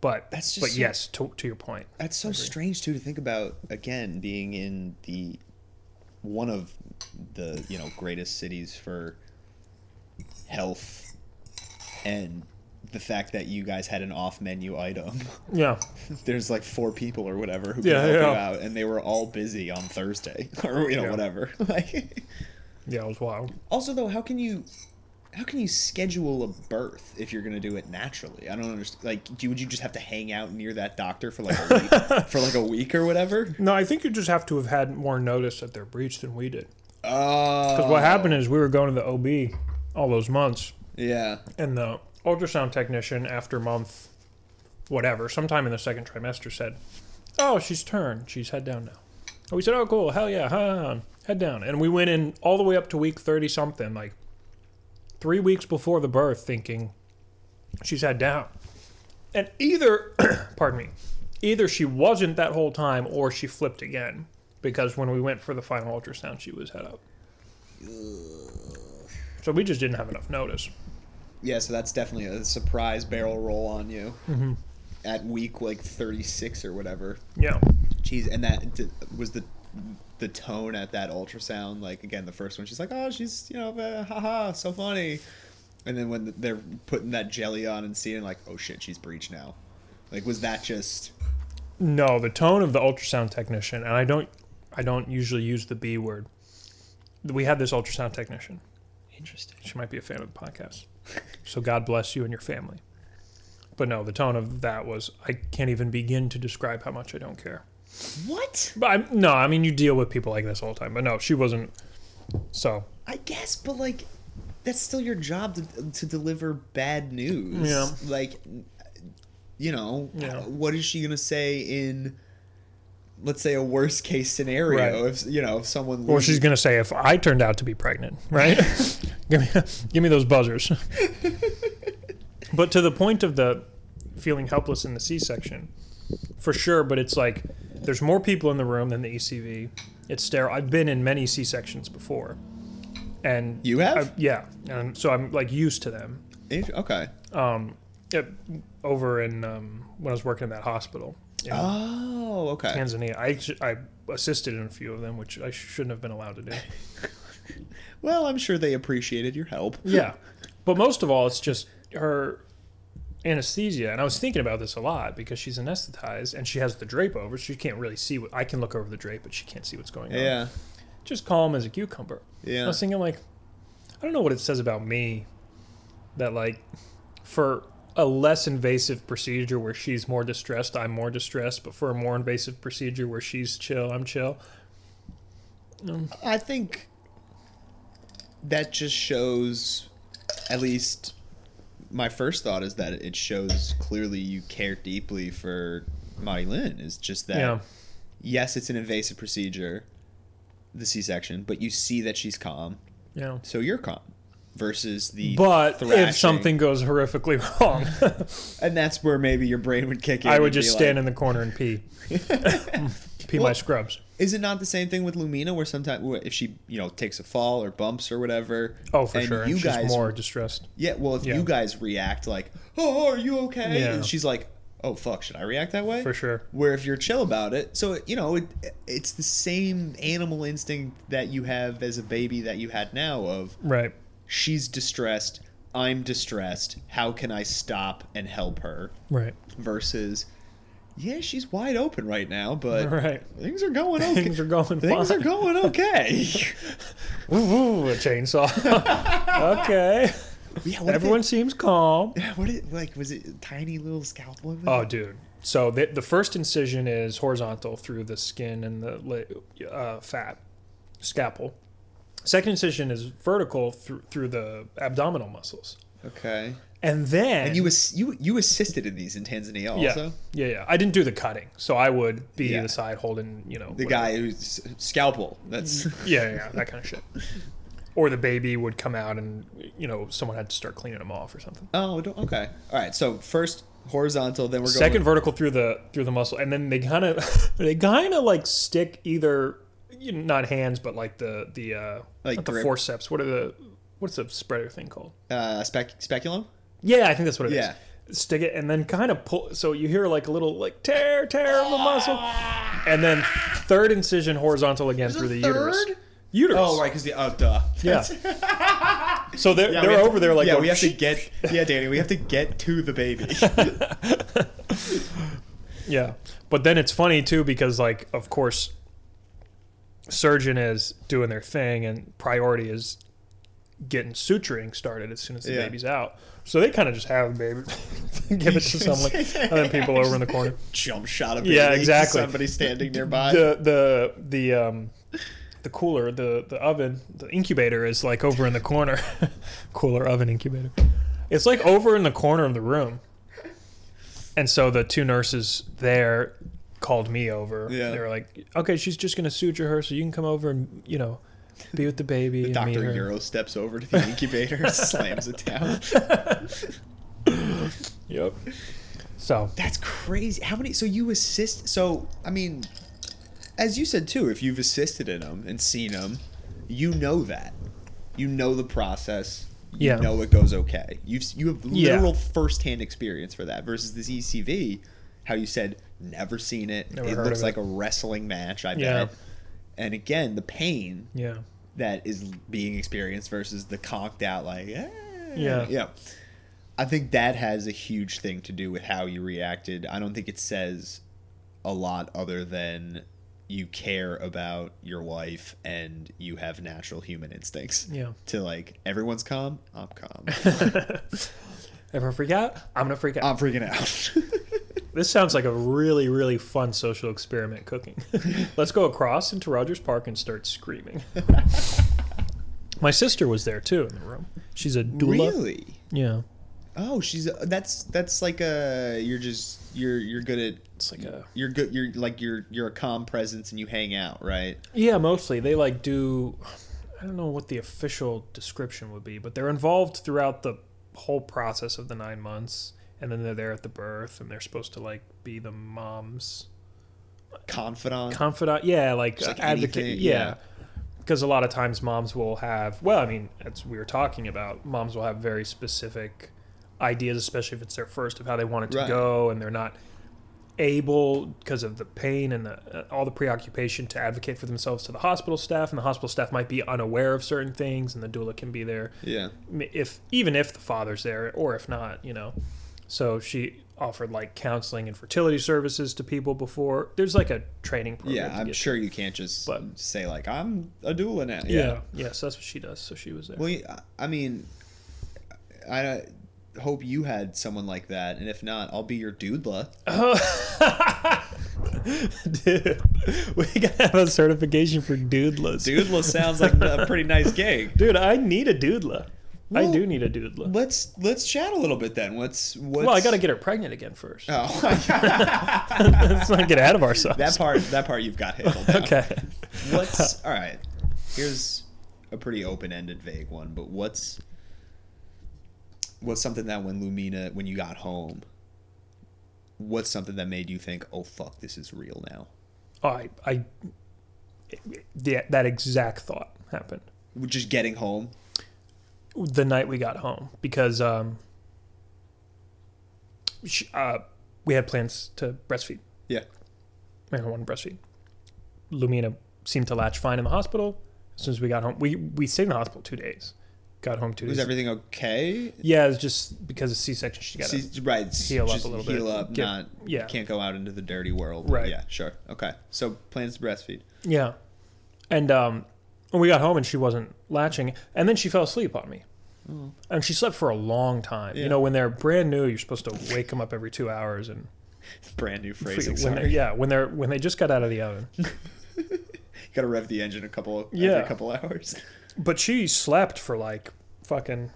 but
That's just
but
so-
yes, to, to your point,
That's so strange too to think about again being in the one of the you know greatest cities for health and the fact that you guys had an off menu item.
yeah.
There's like four people or whatever who
Yeah,
can help you
yeah.
out and they were all busy on Thursday or you know
Yeah.
whatever. Like
Yeah, it was wild.
Also though, how can you how can you schedule a birth if you're going to do it naturally? I don't understand. Like, do, would you just have to hang out near that doctor for like a week, for like a week or whatever?
No, I think you just have to have had more notice at their breach than we did.
Oh,
Because what happened is we were going to the OB all those months,
Yeah,
and the ultrasound technician after month, whatever, sometime in the second trimester said, "Oh, she's turned. She's head down now." And we said, "Oh, cool. Hell yeah, huh? Head down." And we went in all the way up to week thirty something, like three weeks before the birth, thinking she's head down. And either, pardon me, either she wasn't that whole time, or she flipped again. Because when we went for the final ultrasound, she was head up. So we just didn't have enough notice.
yeah. So that's definitely a surprise barrel roll on you at week like thirty six or whatever.
Yeah.
Jeez, and that d- was the the tone at that ultrasound. Like again, the first one, she's like, "Oh, she's you know, uh, haha, so funny." And then when they're putting that jelly on and seeing like, "Oh shit, she's breech now," like was that just?
No, the tone of the ultrasound technician, and I don't, I don't usually use the B word. We had this ultrasound technician. Interesting. She might be a fan of the podcast. So God bless you and your family. But no, the tone of that was I can't even begin to describe how much I don't care.
What?
But I'm, no, I mean you deal with people like this all the time. But no, she wasn't. So
I guess, but like, that's still your job to, to deliver bad news.
Yeah.
Like, you know, uh,
Yeah.
what is she gonna say in, let's say, a worst case scenario?
Right.
If you know, if someone
Or
loses-
she's gonna say, if I turned out to be pregnant, right? give me, give me those buzzers. but to the point of the feeling helpless in the C-section, for sure. But it's like there's more people in the room than the ECV. It's sterile. I've been in many C-sections before, and
You have?
I- yeah, and so I'm like used to them.
Int- okay.
Yep, over in um, when I was working in that hospital. in
Oh, okay.
Tanzania, I, actu- I assisted in a few of them, which I shouldn't have been allowed to do.
Well, I'm sure they appreciated your help.
Yeah. But most of all, it's just her anesthesia. And I was thinking about this a lot because she's anesthetized and she has the drape over. She can't really see what I can look over the drape, but she can't see what's going on.
Yeah.
Just calm as a cucumber.
Yeah.
I was thinking, like, I don't know what it says about me that, like, for a less invasive procedure where she's more distressed, I'm more distressed. But for a more invasive procedure where she's chill, I'm chill.
I think that just shows, at least my first thought is that it shows clearly you care deeply for Mari Lynn. Is just that,
Yeah.
yes, it's an invasive procedure, the C section, but you see that she's calm,
Yeah.
so you're calm. Versus the
But
thrashing.
if something goes horrifically wrong,
and that's where maybe your brain would kick in.
I would
and be
just stand
like-
in the corner and pee. pee my
Well-
scrubs.
Is it not the same thing with Lumina, where sometimes if she you know takes a fall or bumps or whatever?
Oh, for
and
sure.
You
She's
guys,
more distressed.
yeah. Well, if
Yeah.
you guys react like, "Oh, are you okay?"
Yeah.
and she's like, "Oh fuck, should I react that way?"
For sure.
Where if you're chill about it, so you know it, it's the same animal instinct that you have as a baby that you had now of
Right.
she's distressed, I'm distressed. How can I stop and help her?
Right.
Versus, yeah, she's wide open right now, but
Right.
things are going okay.
Things are going
Things
fine.
are going okay.
Ooh, ooh, a chainsaw. okay.
yeah, what
Everyone seems calm.
Did they, what did like was it tiny little scalpel?
Oh, dude. So the, the first incision is horizontal through the skin and the li- uh, fat scalpel. Second incision is vertical through, through the abdominal muscles.
okay.
And then
And you ass- you you assisted in these in Tanzania also.
yeah, yeah, yeah. I didn't do the cutting, so I would be
Yeah.
the side holding, you know,
The
whatever. Mm,
guy who's scalpel. That's
yeah, yeah, yeah, that kind of shit. or the baby would come out and you know someone had to start cleaning them off or something.
Oh, don't- okay. All right. So first horizontal, then we're going
Second vertical through the through the muscle, and then they kind of they kind of like stick either you know, not hands but like the the uh,
Like
not the
grip.
forceps. What are the what's the spreader thing called?
uh, spec- speculum.
Yeah, I think that's what it is.
Yeah.
Stick it and then kind of pull. So you hear like a little like tear, tear of a muscle, and then third incision horizontal again through the uterus.
third?
Uterus.
Oh, right, because the oh, duh.
Yeah. so they're
Yeah, we
they're
have to-
over there like
yeah,
going,
we have to get yeah, Danny, we have to get to the baby.
Yeah. But then it's funny too because like of course surgeon is doing their thing and priority is getting suturing started as soon as the
Yeah.
baby's out. So they kind of just have the baby give it to someone and then people over in the corner.
Jump shot a baby.
Yeah,
to
exactly.
Somebody standing nearby.
The the the um the cooler, the the oven, the incubator is like over in the corner. cooler oven incubator. It's like over in the corner of the room. And so the two nurses there called me over.
Yeah.
They were like, "Okay, she's just gonna suture her, so you can come over and you know, be with the baby." and meet
Doctor
her."
Euro steps over to the incubator, slams it down.
Yep. So
That's crazy. How many? So you assist? So I mean, as you said too, if you've assisted in them and seen them, you know that. You know the process. You
Yeah.
know it goes okay. You've you have
Yeah.
literal firsthand experience for that versus this ECV. How you said never seen it.
Never
it
heard
looks
of
like
it.
a wrestling match. I
Yeah.
bet. And again, the pain
yeah,
that is being experienced versus the conked out like "Ah."
Yeah.
yeah i think that has a huge thing to do with how you reacted i don't think it says a lot other than you care about your wife and you have natural human instincts
yeah.
to like everyone's calm i'm calm
If I freak out, I'm gonna freak out.
i'm freaking out
This sounds like a really, really fun social experiment cooking. Let's go across into Rogers Park and start screaming. My sister was there too in the room. She's a doula.
really
Yeah.
oh she's that's that's like a you're just you're you're good at
It's like a
you're good you're like you're you're a calm presence and you hang out right
Yeah, mostly. They like do I don't know what the official description would be, but they're involved throughout the whole process of the 9 months and then they're there at the birth and they're supposed to like be the mom's
confidant
confidant yeah like,
Just like
advocate
anything, yeah.
yeah because a lot of times moms will have well i mean as we were talking about moms will have very specific ideas especially if it's their first of how they want it to
Right.
go and they're not able because of the pain and the, uh, all the preoccupation to advocate for themselves to the hospital staff and the hospital staff might be unaware of certain things and the doula can be there
Yeah.
if even if the father's there or if not you know so she offered like counseling and fertility services to people before there's like a training program
Yeah,
to
I'm
get
sure you can't just
But-
say like I'm a doula now. Yeah.
to. yeah yeah so that's what she does so she was there
Well, you- I mean, I uh, hope you had someone like that, and if not, I'll be your doodla.
dude we gotta have a certification for doodlas dude,
Doodla sounds like a pretty nice gig.
i need a doodla i
Well,
do need a doodla
Let's let's chat a little bit then. What's what's
well i gotta get her pregnant again first
Oh,
let's not get ahead of ourselves
that part that part you've got handled. now.
okay
What's all right? Here's a pretty open-ended, vague one, but what's what's something that when Lumina, when you got home, what's something that made you think, "Oh fuck, this is real now"?
oh, i i yeah, that exact thought happened
Just getting home.
the night we got home because um, sh uh, we had plans to breastfeed.
Yeah.
Marijuana wanted to breastfeed. Lumina seemed to latch fine in the hospital. As soon as we got home, we we stayed in the hospital two days. Got home two
Was
days.
everything okay?
yeah, it was just because of C-section, she got it.
See, right. s-
heal up
just
a little
heal
bit.
up.
Get-
not.
yeah.
Can't go out into the dirty world.
Right.
Yeah. Sure. Okay. So plans to breastfeed.
Yeah, and um, when we got home and she wasn't latching, and then she fell asleep on me. And she slept for a long time.
Mm. Yeah.
You know, when they're brand new, you're supposed to wake them up every two hours and
Brand new phrasing.
when they're,
Sorry.
yeah, when they're when they just got out of the oven.
Got to rev the engine a couple. Every
Yeah.
couple hours.
But she slept for like fucking,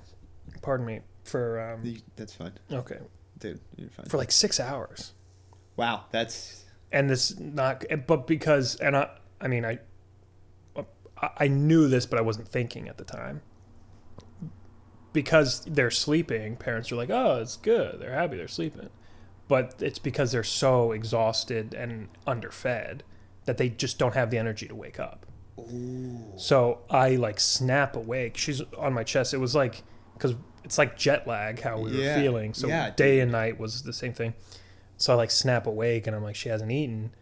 pardon me, for um,
You- That's fine,
okay,
dude. You're fine.
for like six hours,
wow. That's
and it's not. But because, and I, I mean, I, I, I knew this, but I wasn't thinking at the time. Because they're sleeping, parents are like, "Oh, it's good. They're happy. They're sleeping," but it's because they're so exhausted and underfed that they just don't have the energy to wake up. So I like snap awake. She's on my chest. It was like because it's like jet lag how we
Yeah.
were feeling. So
Yeah,
day and night was the same thing. So I like snap awake and I'm like she hasn't eaten.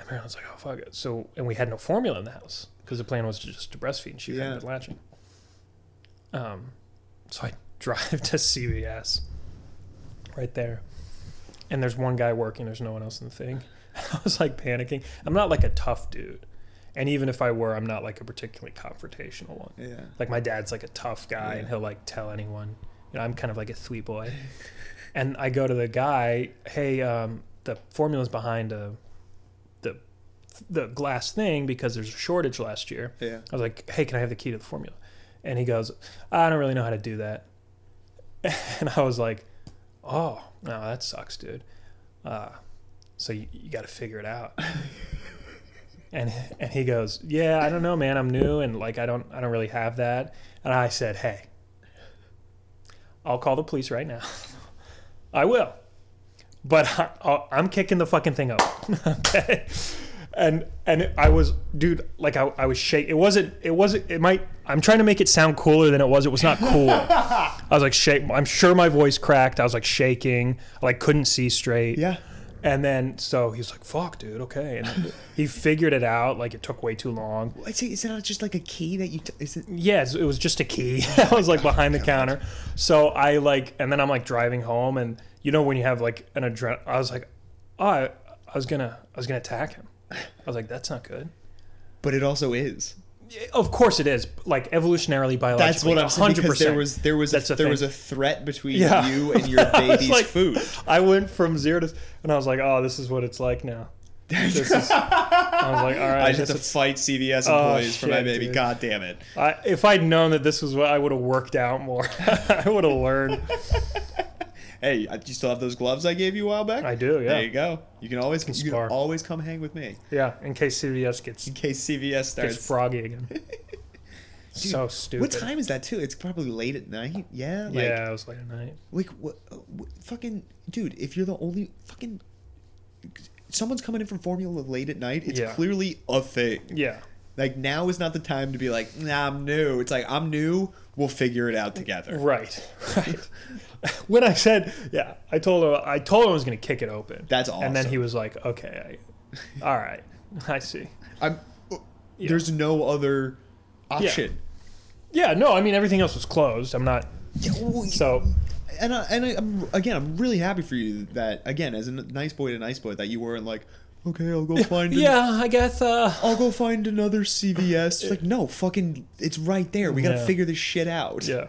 And Marilyn's like oh fuck it. So and we had no formula in the house because the plan was to just to breastfeed and she
Yeah.
had been latching. Um, so I drive to CVS right there. And there's one guy working, there's no one else in the thing. I was like panicking. I'm not like a tough dude. And even if I were, I'm not like a particularly confrontational one.
Yeah.
Like my dad's like a tough guy and
Yeah.
he'll like tell anyone. You know, I'm kind of like a three boy. and I go to the guy, hey, um, the formula's behind uh the the glass thing because there's a shortage last year.
Yeah.
I was like, "Hey, can I have the key to the formula?" And he goes, "I don't really know how to do that." And I was like, "Oh, no, that sucks, dude. Uh, so you, you got to figure it out." and and he goes, "Yeah, I don't know, man. I'm new, and like I don't I don't really have that." And I said, "Hey, I'll call the police right now. I will." But I, I'll- I'm kicking the fucking thing open, okay? and and I was dude like I, I was shake it wasn't it wasn't it might I'm trying to make it sound cooler than it was it was not cool I was like shake I'm sure my voice cracked I was like shaking I like couldn't see straight
Yeah.
and then so he's like fuck dude okay and he figured it out like it took way too long
I'd say, is it not just like a key that you? T- is it?
yes it was just a key I was like behind the counter so I like and then I'm like driving home and you know when you have like an adren I was like oh I, I was gonna I was gonna attack him I was like that's not good
But it also is.
Oh, Of course it is. Like evolutionarily, biologically.
That's what I'm saying. Because there was there was a,
That's the
there was
thing.
a threat between
Yeah.
you and your
I was
baby's
like-
food.
I went from zero to, and I was like, oh, this is what it's like now. This is, I was like, all right.
I just
this
have to
is-
fight CVS
Oh,
employees for my
shit,
baby.
dude.
God damn it!
I, if I'd known that this was what I would have worked out more, I would have learned.
Hey, I- you still have those gloves I gave you a while back?
I do, yeah.
There you go. You can always you can
spar.
always come hang with me
Yeah, in case CVS gets
in case CVS
gets
starts.
froggy again. so stupid.
What time is that too? It's probably late at night. Yeah. Like,
yeah, it was late at night.
Like what, what? Fucking dude! If you're the only fucking. Someone's coming in from Formula late at night. It's
Yeah.
clearly a thing.
Yeah.
Like now is not the time to be like, nah, I'm new. It's like I'm new. We'll figure it out together.
Right, right. when I said, yeah, I told him, I told him I was going to kick it open.
That's
And then
awesome.
he was like, okay, I, all right, I see.
I'm. uh, There's no other option.
Yeah, no, I mean everything else was closed. I'm not
Yeah. well,
so
and I, and I, I'm again, I'm really happy for you that again, as a n- nice boy to nice boy, that you weren't like, okay, I'll go find. an-
yeah. I guess uh,
I'll go find another CVS. It's like, no, fucking, it's right there. We gotta
Yeah.
figure this shit out.
yeah,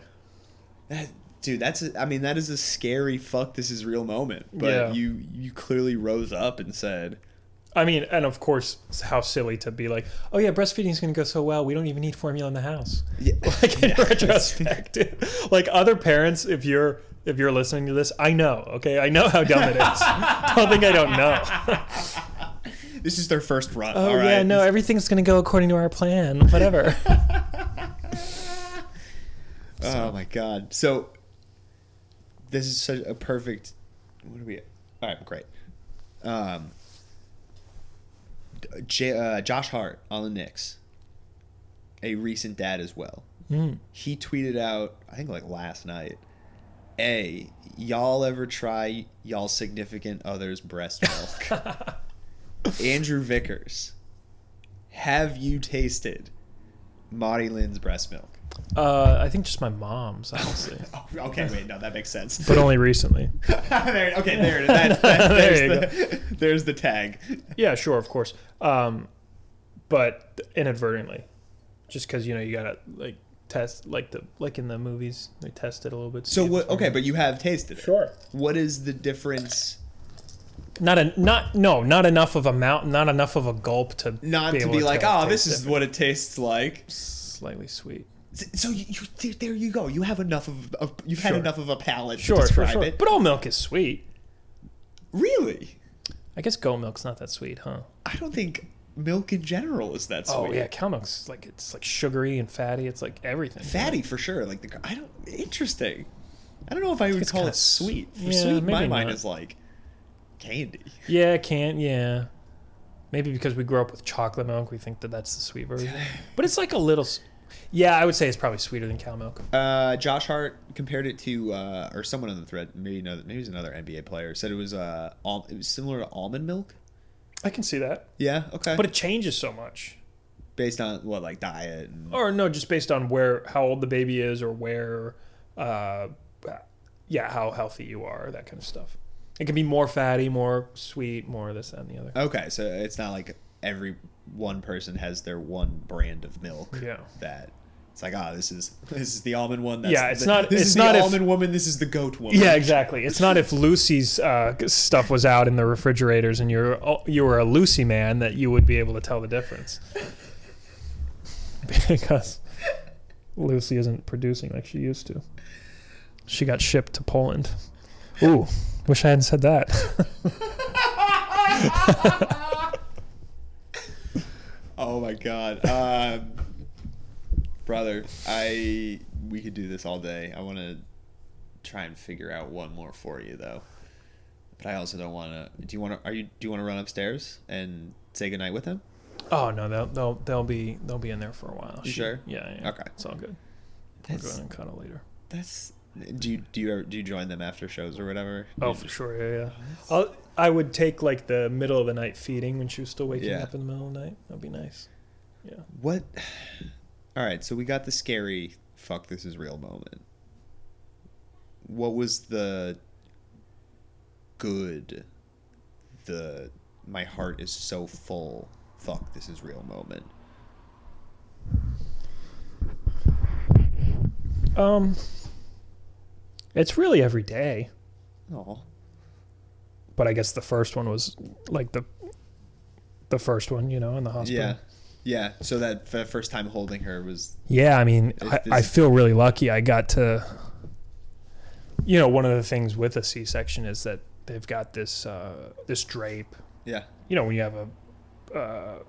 That- dude, that's, a, I mean, that is a scary fuck. This is real moment. But
Yeah.
you, you clearly rose up and said,
I mean, and of course, how silly to be like, oh yeah, breastfeeding's gonna go so well. We don't even need formula in the house.
yeah,
Like in
Yeah.
retrospect, dude. like other parents, if you're if you're listening to this, I know. Okay, I know how dumb it is. don't think I don't know.
this is their first run.
Oh
all right?
yeah, no, everything's gonna go according to our plan. Whatever.
Oh my god. So this is such a perfect. What are we? At? All right, great. Um, J, uh, Josh Hart on the Knicks, a recent dad as well.
Hmm.
He tweeted out, I think like last night. A, y'all ever try y'all significant other's breast milk? Andrew Vickers, have you tasted Marty Lynn's breast milk?
uh, I think just my mom's honestly,
Oh, okay, wait, no, that makes sense.
but only recently.
there, okay, there it is. That's, that's,
There
there's, the, there's the tag.
Yeah, sure, of course. Um, but inadvertently, just because you know you gotta like test like the like in the movies they test it a little bit. to
So
see if
what?
it's normal.
Okay, but you have tasted it.
Sure.
What is the difference?
Not a not no not enough of a mount not enough of a gulp to
Not to
able
be like,
tell
oh,
it
this
tastes
is what it tastes like.
different." slightly sweet.
S- So you, you there- there you go. You have enough of, of you've had
Sure.
enough of a palate to
Sure, sure,
describe
sure.
it.
But all milk is sweet.
really,
I guess goat milk's not that sweet, huh?
I don't think milk in general is that sweet.
Oh yeah, cow milk's like it's like sugary and fatty. It's like everything.
fatty for sure. Like the I don't interesting. I don't know if I would
It's
call
kinda
it sweet.
s- yeah,
sweet, in my
maybe
mind
not.
is like candy.
Yeah, can't. Yeah, maybe because we grew up with chocolate milk, we think that that's the sweet version. But it's like a little. s- Yeah, I would say it's probably sweeter than cow milk.
Uh, Josh Hart compared it to, uh, or someone on the thread, maybe another, maybe it was another NBA player, said it was uh, al- it was similar to almond milk.
I can see that,
Yeah, okay.
but it changes so much.
based on what like diet and
Or no, just based on where how old the baby is, or where, uh, yeah, how healthy you are, that kind of stuff. It can be more fatty, more sweet, more this that, and the other.
okay, so it's not like every one person has their one brand of milk.
Yeah.
that it's like ah, this is this is the almond one. That's
Yeah, it's
the-
not-
This
it's
is
not
the
if-
almond woman. This is the goat woman.
Yeah, exactly. It's not if Lucy's uh, stuff was out in the refrigerators and you're oh, you were a Lucy man that you would be able to tell the difference, because Lucy isn't producing like she used to. She got shipped to Poland. Ooh, wish I hadn't said that.
Oh my god, um, brother, I we could do this all day. I want to try and figure out one more for you though, but I also don't want to. Do you want to? Are you? Do you want to run upstairs and say goodnight with him?
oh no, they'll they'll they'll be they'll be in there for a while.
You sure?
Yeah, yeah.
Okay.
It's all good. We're
That's
going and cuddle later.
that's. Do you do you ever, do you join them after shows or whatever?
Oh, for sure. Yeah, yeah. I'll, I would take like the middle of the night feeding when she was still waking
Yeah.
up in the middle of the night. That'd be nice. Yeah.
What? All right, so we got the scary fuck this is real moment. What was the good the my heart is so full fuck this is real moment.
Um, it's really every day,
Oh.
but I guess the first one was like the the first one, you know, in the hospital.
Yeah. Yeah, so that the first time holding her was
Yeah, I mean, I,
If this-
I feel really lucky. I got to, you know, one of the things with a C-section is that they've got this uh, this drape.
yeah.
You know, when you have a uh,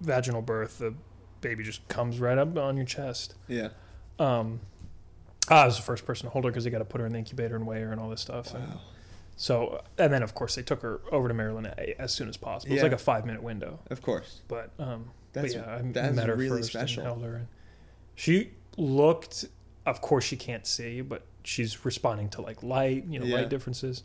vaginal birth, the baby just comes right up on your chest.
Yeah.
Um, I was the first person to hold her because they got to put her in the incubator and weigh her and all this stuff. And So, and then of course they took her over to Maryland a- as soon as possible. It
Yeah.
was like a five minute window,
Of course.
but um,
That's-
but yeah, I
that's
met her
really
first
special.
and held her. And she looked, of course, she can't see, but she's responding to like light, you know,
Yeah.
light differences,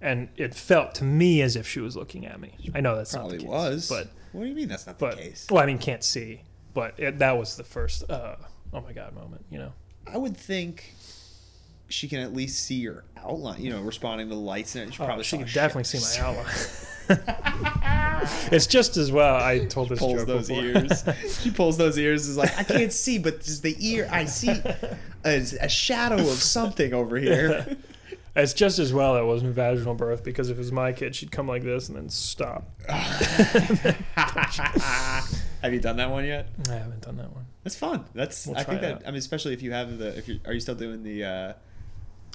and it felt to me as if she was looking at me. I know that's
Probably
not the case,
was.
but
what do you mean that's not
but
the case?
well, I mean, can't see, but it, that was the first uh, oh my god moment, you know.
I would think she can at least see your outline, you know, responding to lights and she
Oh,
probably
she
saw
can
shit.
definitely see my outline. it's just as well. I told this
pulls
joke
those
before.
ears. she pulls those ears. Is like I can't see, but just the ear. I see a, a shadow of something over here.
It's just as well it wasn't vaginal birth because if it was my kid, she'd come like this and then stop.
Have you done that one yet?
I haven't done that one.
That's fun. That's
We'll
I
try
think
it
that
out.
I mean, especially if you have the if you are you still doing the uh,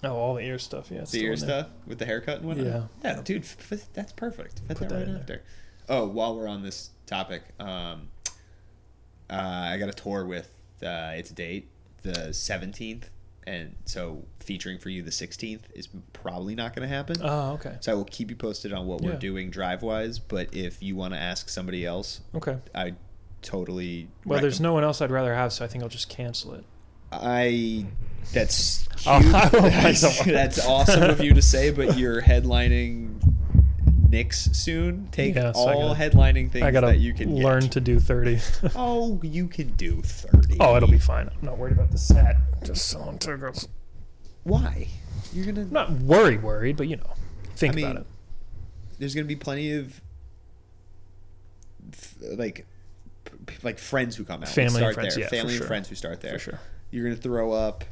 Oh, all the ear stuff. Yeah, it's
the
still
ear
in there.
stuff with the haircut and whatnot.
Yeah.
yeah, dude, f- f- that's perfect. Fit
Put
that
that
right
in there.
after. Oh, while we're on this topic, um, uh, I got a tour with uh, it's a date the seventeenth, and so featuring for you the sixteenth is probably not going to happen.
Oh, okay.
So I will keep you posted on what we're
Yeah.
doing drive wise. But if you want to ask somebody else,
Okay.
I totally.
Well, there's
recomm-
no one else I'd rather have, so I think I'll just cancel it.
I. That's huge.
Oh, I will find
that's,
someone.
that's awesome of you to say, but you're headlining Knicks soon. Take
Yeah, so I
all
gotta-
headlining things
I gotta
that you can
learn
get.
to do thirty.
Oh, you can do thirty.
oh, it'll be fine. I'm not worried about the set. Just selling tickets.
Why? You're gonna.
I'm not worried, worried, but you know, think
I mean,
about it.
there's gonna be plenty of f- like p- like friends who come out. Let's
Family and
start
friends,
there.
yeah, for
family and
sure.
friends who start there.
For sure.
You're gonna throw up.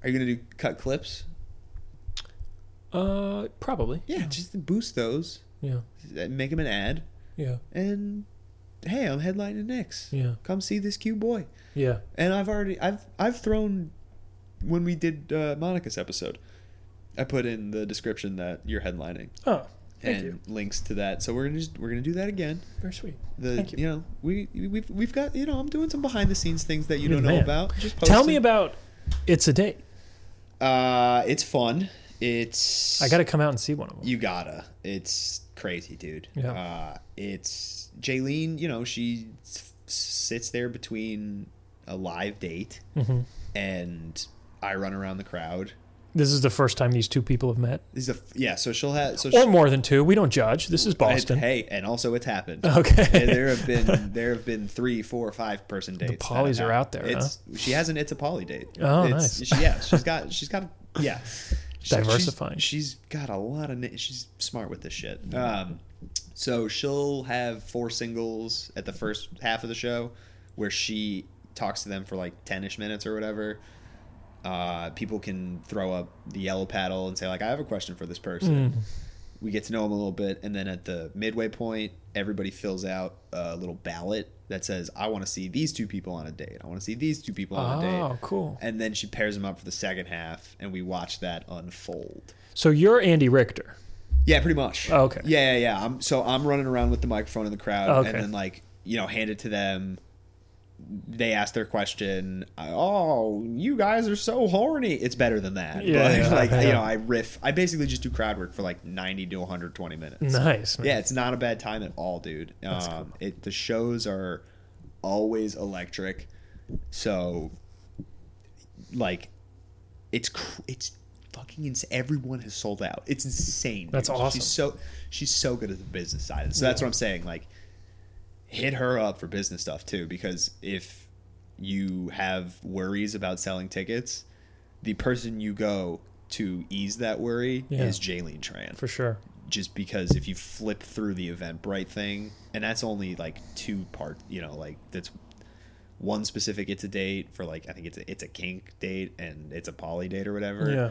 Are you gonna do cut clips?
Uh, probably.
Yeah, just to boost those,
Yeah.
uh, make them an ad,
Yeah.
and hey, I'm headlining Knicks.
Yeah.
come see this cute boy.
Yeah.
And I've already I've I've thrown when we did uh, Monica's episode. I put in the description that you're headlining.
Oh. Thank
and
you.
links to that. So we're gonna just, we're gonna do that again.
Very sweet.
The
Thank you.
you know we we've we've got you know I'm doing some behind the scenes things that you
Good
don't know
man.
about. Just
Tell me
posting.
about It's a Date.
Uh, it's fun. It's
I got to come out and see one of them.
You gotta. It's crazy, dude.
Yeah.
Uh, it's Jaylene. You know, she s- sits there between a live date
Mm-hmm.
and I run around the crowd.
this is the first time these two people have met,
This is a yeah. So she'll have so
or
she'll,
more than two. We don't judge. This is Boston.
Hey, and also it's happened. And
Okay.
there have been there have been three, four, five person dates. that
polys
have
are out
happened.
there,
It's she has an it's a poly date.
Oh,
it's,
nice.
She, yeah, she's got she's got yeah. She-
Diversifying.
she's got a lot of. na- She's smart with this shit. Um, so she'll have four singles at the first half of the show, where she talks to them for like ten ish minutes or whatever. Uh, people can throw up the yellow paddle and say like, "I have a question for this person."
Hmm.
we get to know them a little bit and then at the midway point everybody fills out a little ballot that says i want to see these two people on a date i want to see these two people on a
oh,
date
cool.
and then she pairs them up for the second half and we watch that unfold
So you're Andy Richter.
yeah pretty much
Oh, okay.
yeah yeah yeah I'm, so i'm running around with the microphone in the crowd
Oh, okay.
and then like you know hand it to them they ask their question I- oh you guys are so horny it's better than that
Yeah,
but
yeah,
like you
yeah.
know i riff i basically just do crowd work for like 90 to 120 minutes
Nice. Man.
yeah, it's not a bad time at all, dude. Um, it the shows are always electric, so like it's cr- it's fucking insane. Everyone has sold out. It's insane.
That's
dude.
awesome.
She's so she's so good at the business side. of it. So that's what I'm saying. Like, hit her up for business stuff too, because if you have worries about selling tickets, the person you go to ease that worry
Yeah.
is Jaylene Tran
for sure.
just because if you flip through the Eventbrite thing, and that's only like two part, you know, like that's one specific it's a date for like I think it's a, it's a kink date and it's a poly date or whatever.
Yeah.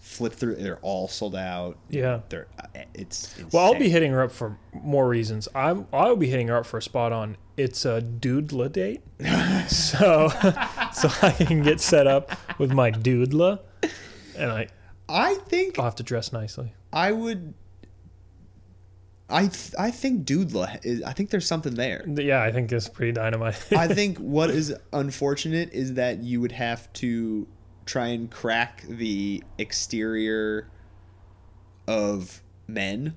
Flip through, they're all sold out.
Yeah.
They're uh, it's insane.
Well, I'll be hitting her up for more reasons. I'm I'll be hitting her up for a spot on it's a doodla date, so so I can get set up with my doodla, and I
I think
I'll have to dress nicely.
I would. I th- I think Doodla is. I think there's something there.
Yeah, I think it's pretty dynamite.
I think what is unfortunate is that you would have to try and crack the exterior of men.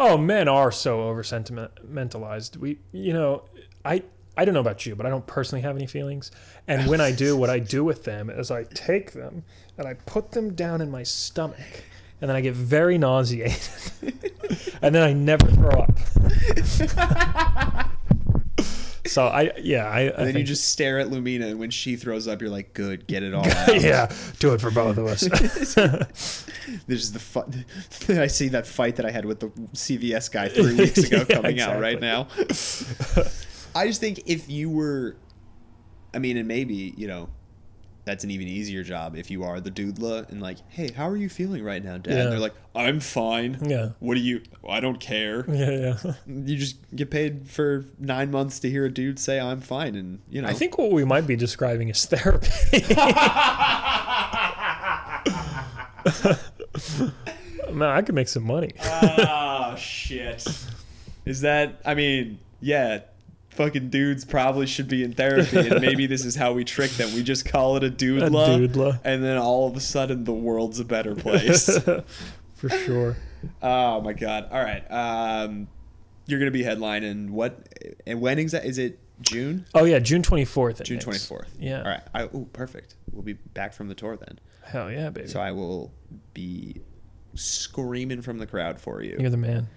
Oh, men are so over sentimentalized. We, you know, I I don't know about you, but I don't personally have any feelings. And when I do, what I do with them is I take them and I put them down in my stomach, and then I get very nauseated, and then I never throw up. so I, yeah, I. I
And then you
think-
just stare at Lumina, and when she throws up, you're like, "Good, get it all out."
yeah, do it for both of us.
This is the fun. I see that fight that I had with the CVS guy three weeks ago
Yeah,
coming out right
exactly.
now. I just think if you were, I mean, and maybe you know, that's an even easier job if you are the doodla and like, hey, how are you feeling right now, Dad?
Yeah.
And they're like, I'm fine.
Yeah.
What do you? I don't care.
yeah, yeah.
You just get paid for nine months to hear a dude say I'm fine, and you know.
I think what we might be describing is therapy. Man, I could make some money.
oh shit. Is that? I mean, yeah. Fucking dudes probably should be in therapy, and maybe this is how we trick them. We just call it a doodla,
doodla.
and then all of a sudden the world's a better place.
For sure.
Oh my god! All right, um, you're gonna be headlining what? And when exactly is it? June,
Oh yeah, June twenty fourth.
June 24th.
Yeah.
All right. I, oh, perfect. We'll be back from the tour then.
Hell yeah, baby.
So I will be screaming from the crowd for you.
You're the man.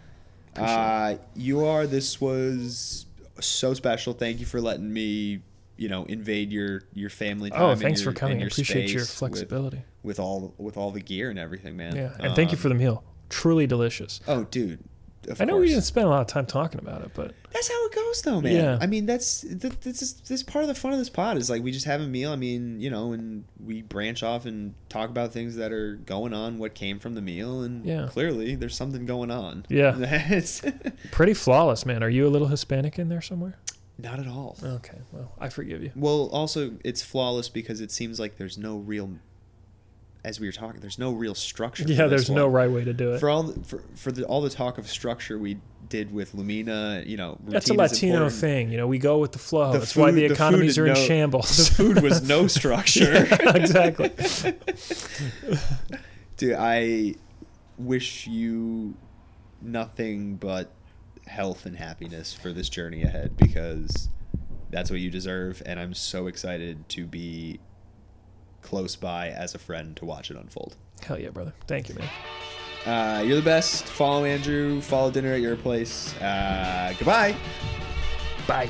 Uh, you are. This was so special. Thank you for letting me, you know, invade your your family. Time
Oh,
and
thanks
your-
for
and
coming. I appreciate your
space with-
flexibility.
with, all with all the gear and everything, man.
yeah, and thank you
Um,
for the meal. Truly delicious.
Oh, dude. Of
I know
course.
we didn't spend a lot of time talking about it, but
That's how it goes, though, man.
Yeah.
I mean, that's th- this is this part of the fun of this pod is like we just have a meal. I mean, you know, and we branch off and talk about things that are going on, what came from the meal, and
Yeah.
clearly there's something going on.
Yeah.
it's
pretty flawless, man. Are you a little Hispanic in there somewhere?
not at all.
Okay, well, I forgive you.
Well, also it's flawless because it seems like there's no real as we were talking, there's no real structure. for
Yeah,
this
there's no
one.
right way to do it.
for all the, for, for the, all the talk of structure we did with Lumina. You know,
That's a
routine is
Latino
important.
thing, you know. We go with the flow.
The
Oh, That's why
food-
the
the food
economies
did
are in
no-
shambles.
The food was no structure.
exactly.
Dude, I wish you nothing but health and happiness for this journey ahead because that's what you deserve. And I'm so excited to be close by as a friend to watch it unfold.
Hell yeah, brother. Thank you, man.
Uh, you're the best. Follow Andrew. Follow Dinner at Your Place. Uh, goodbye.
Bye.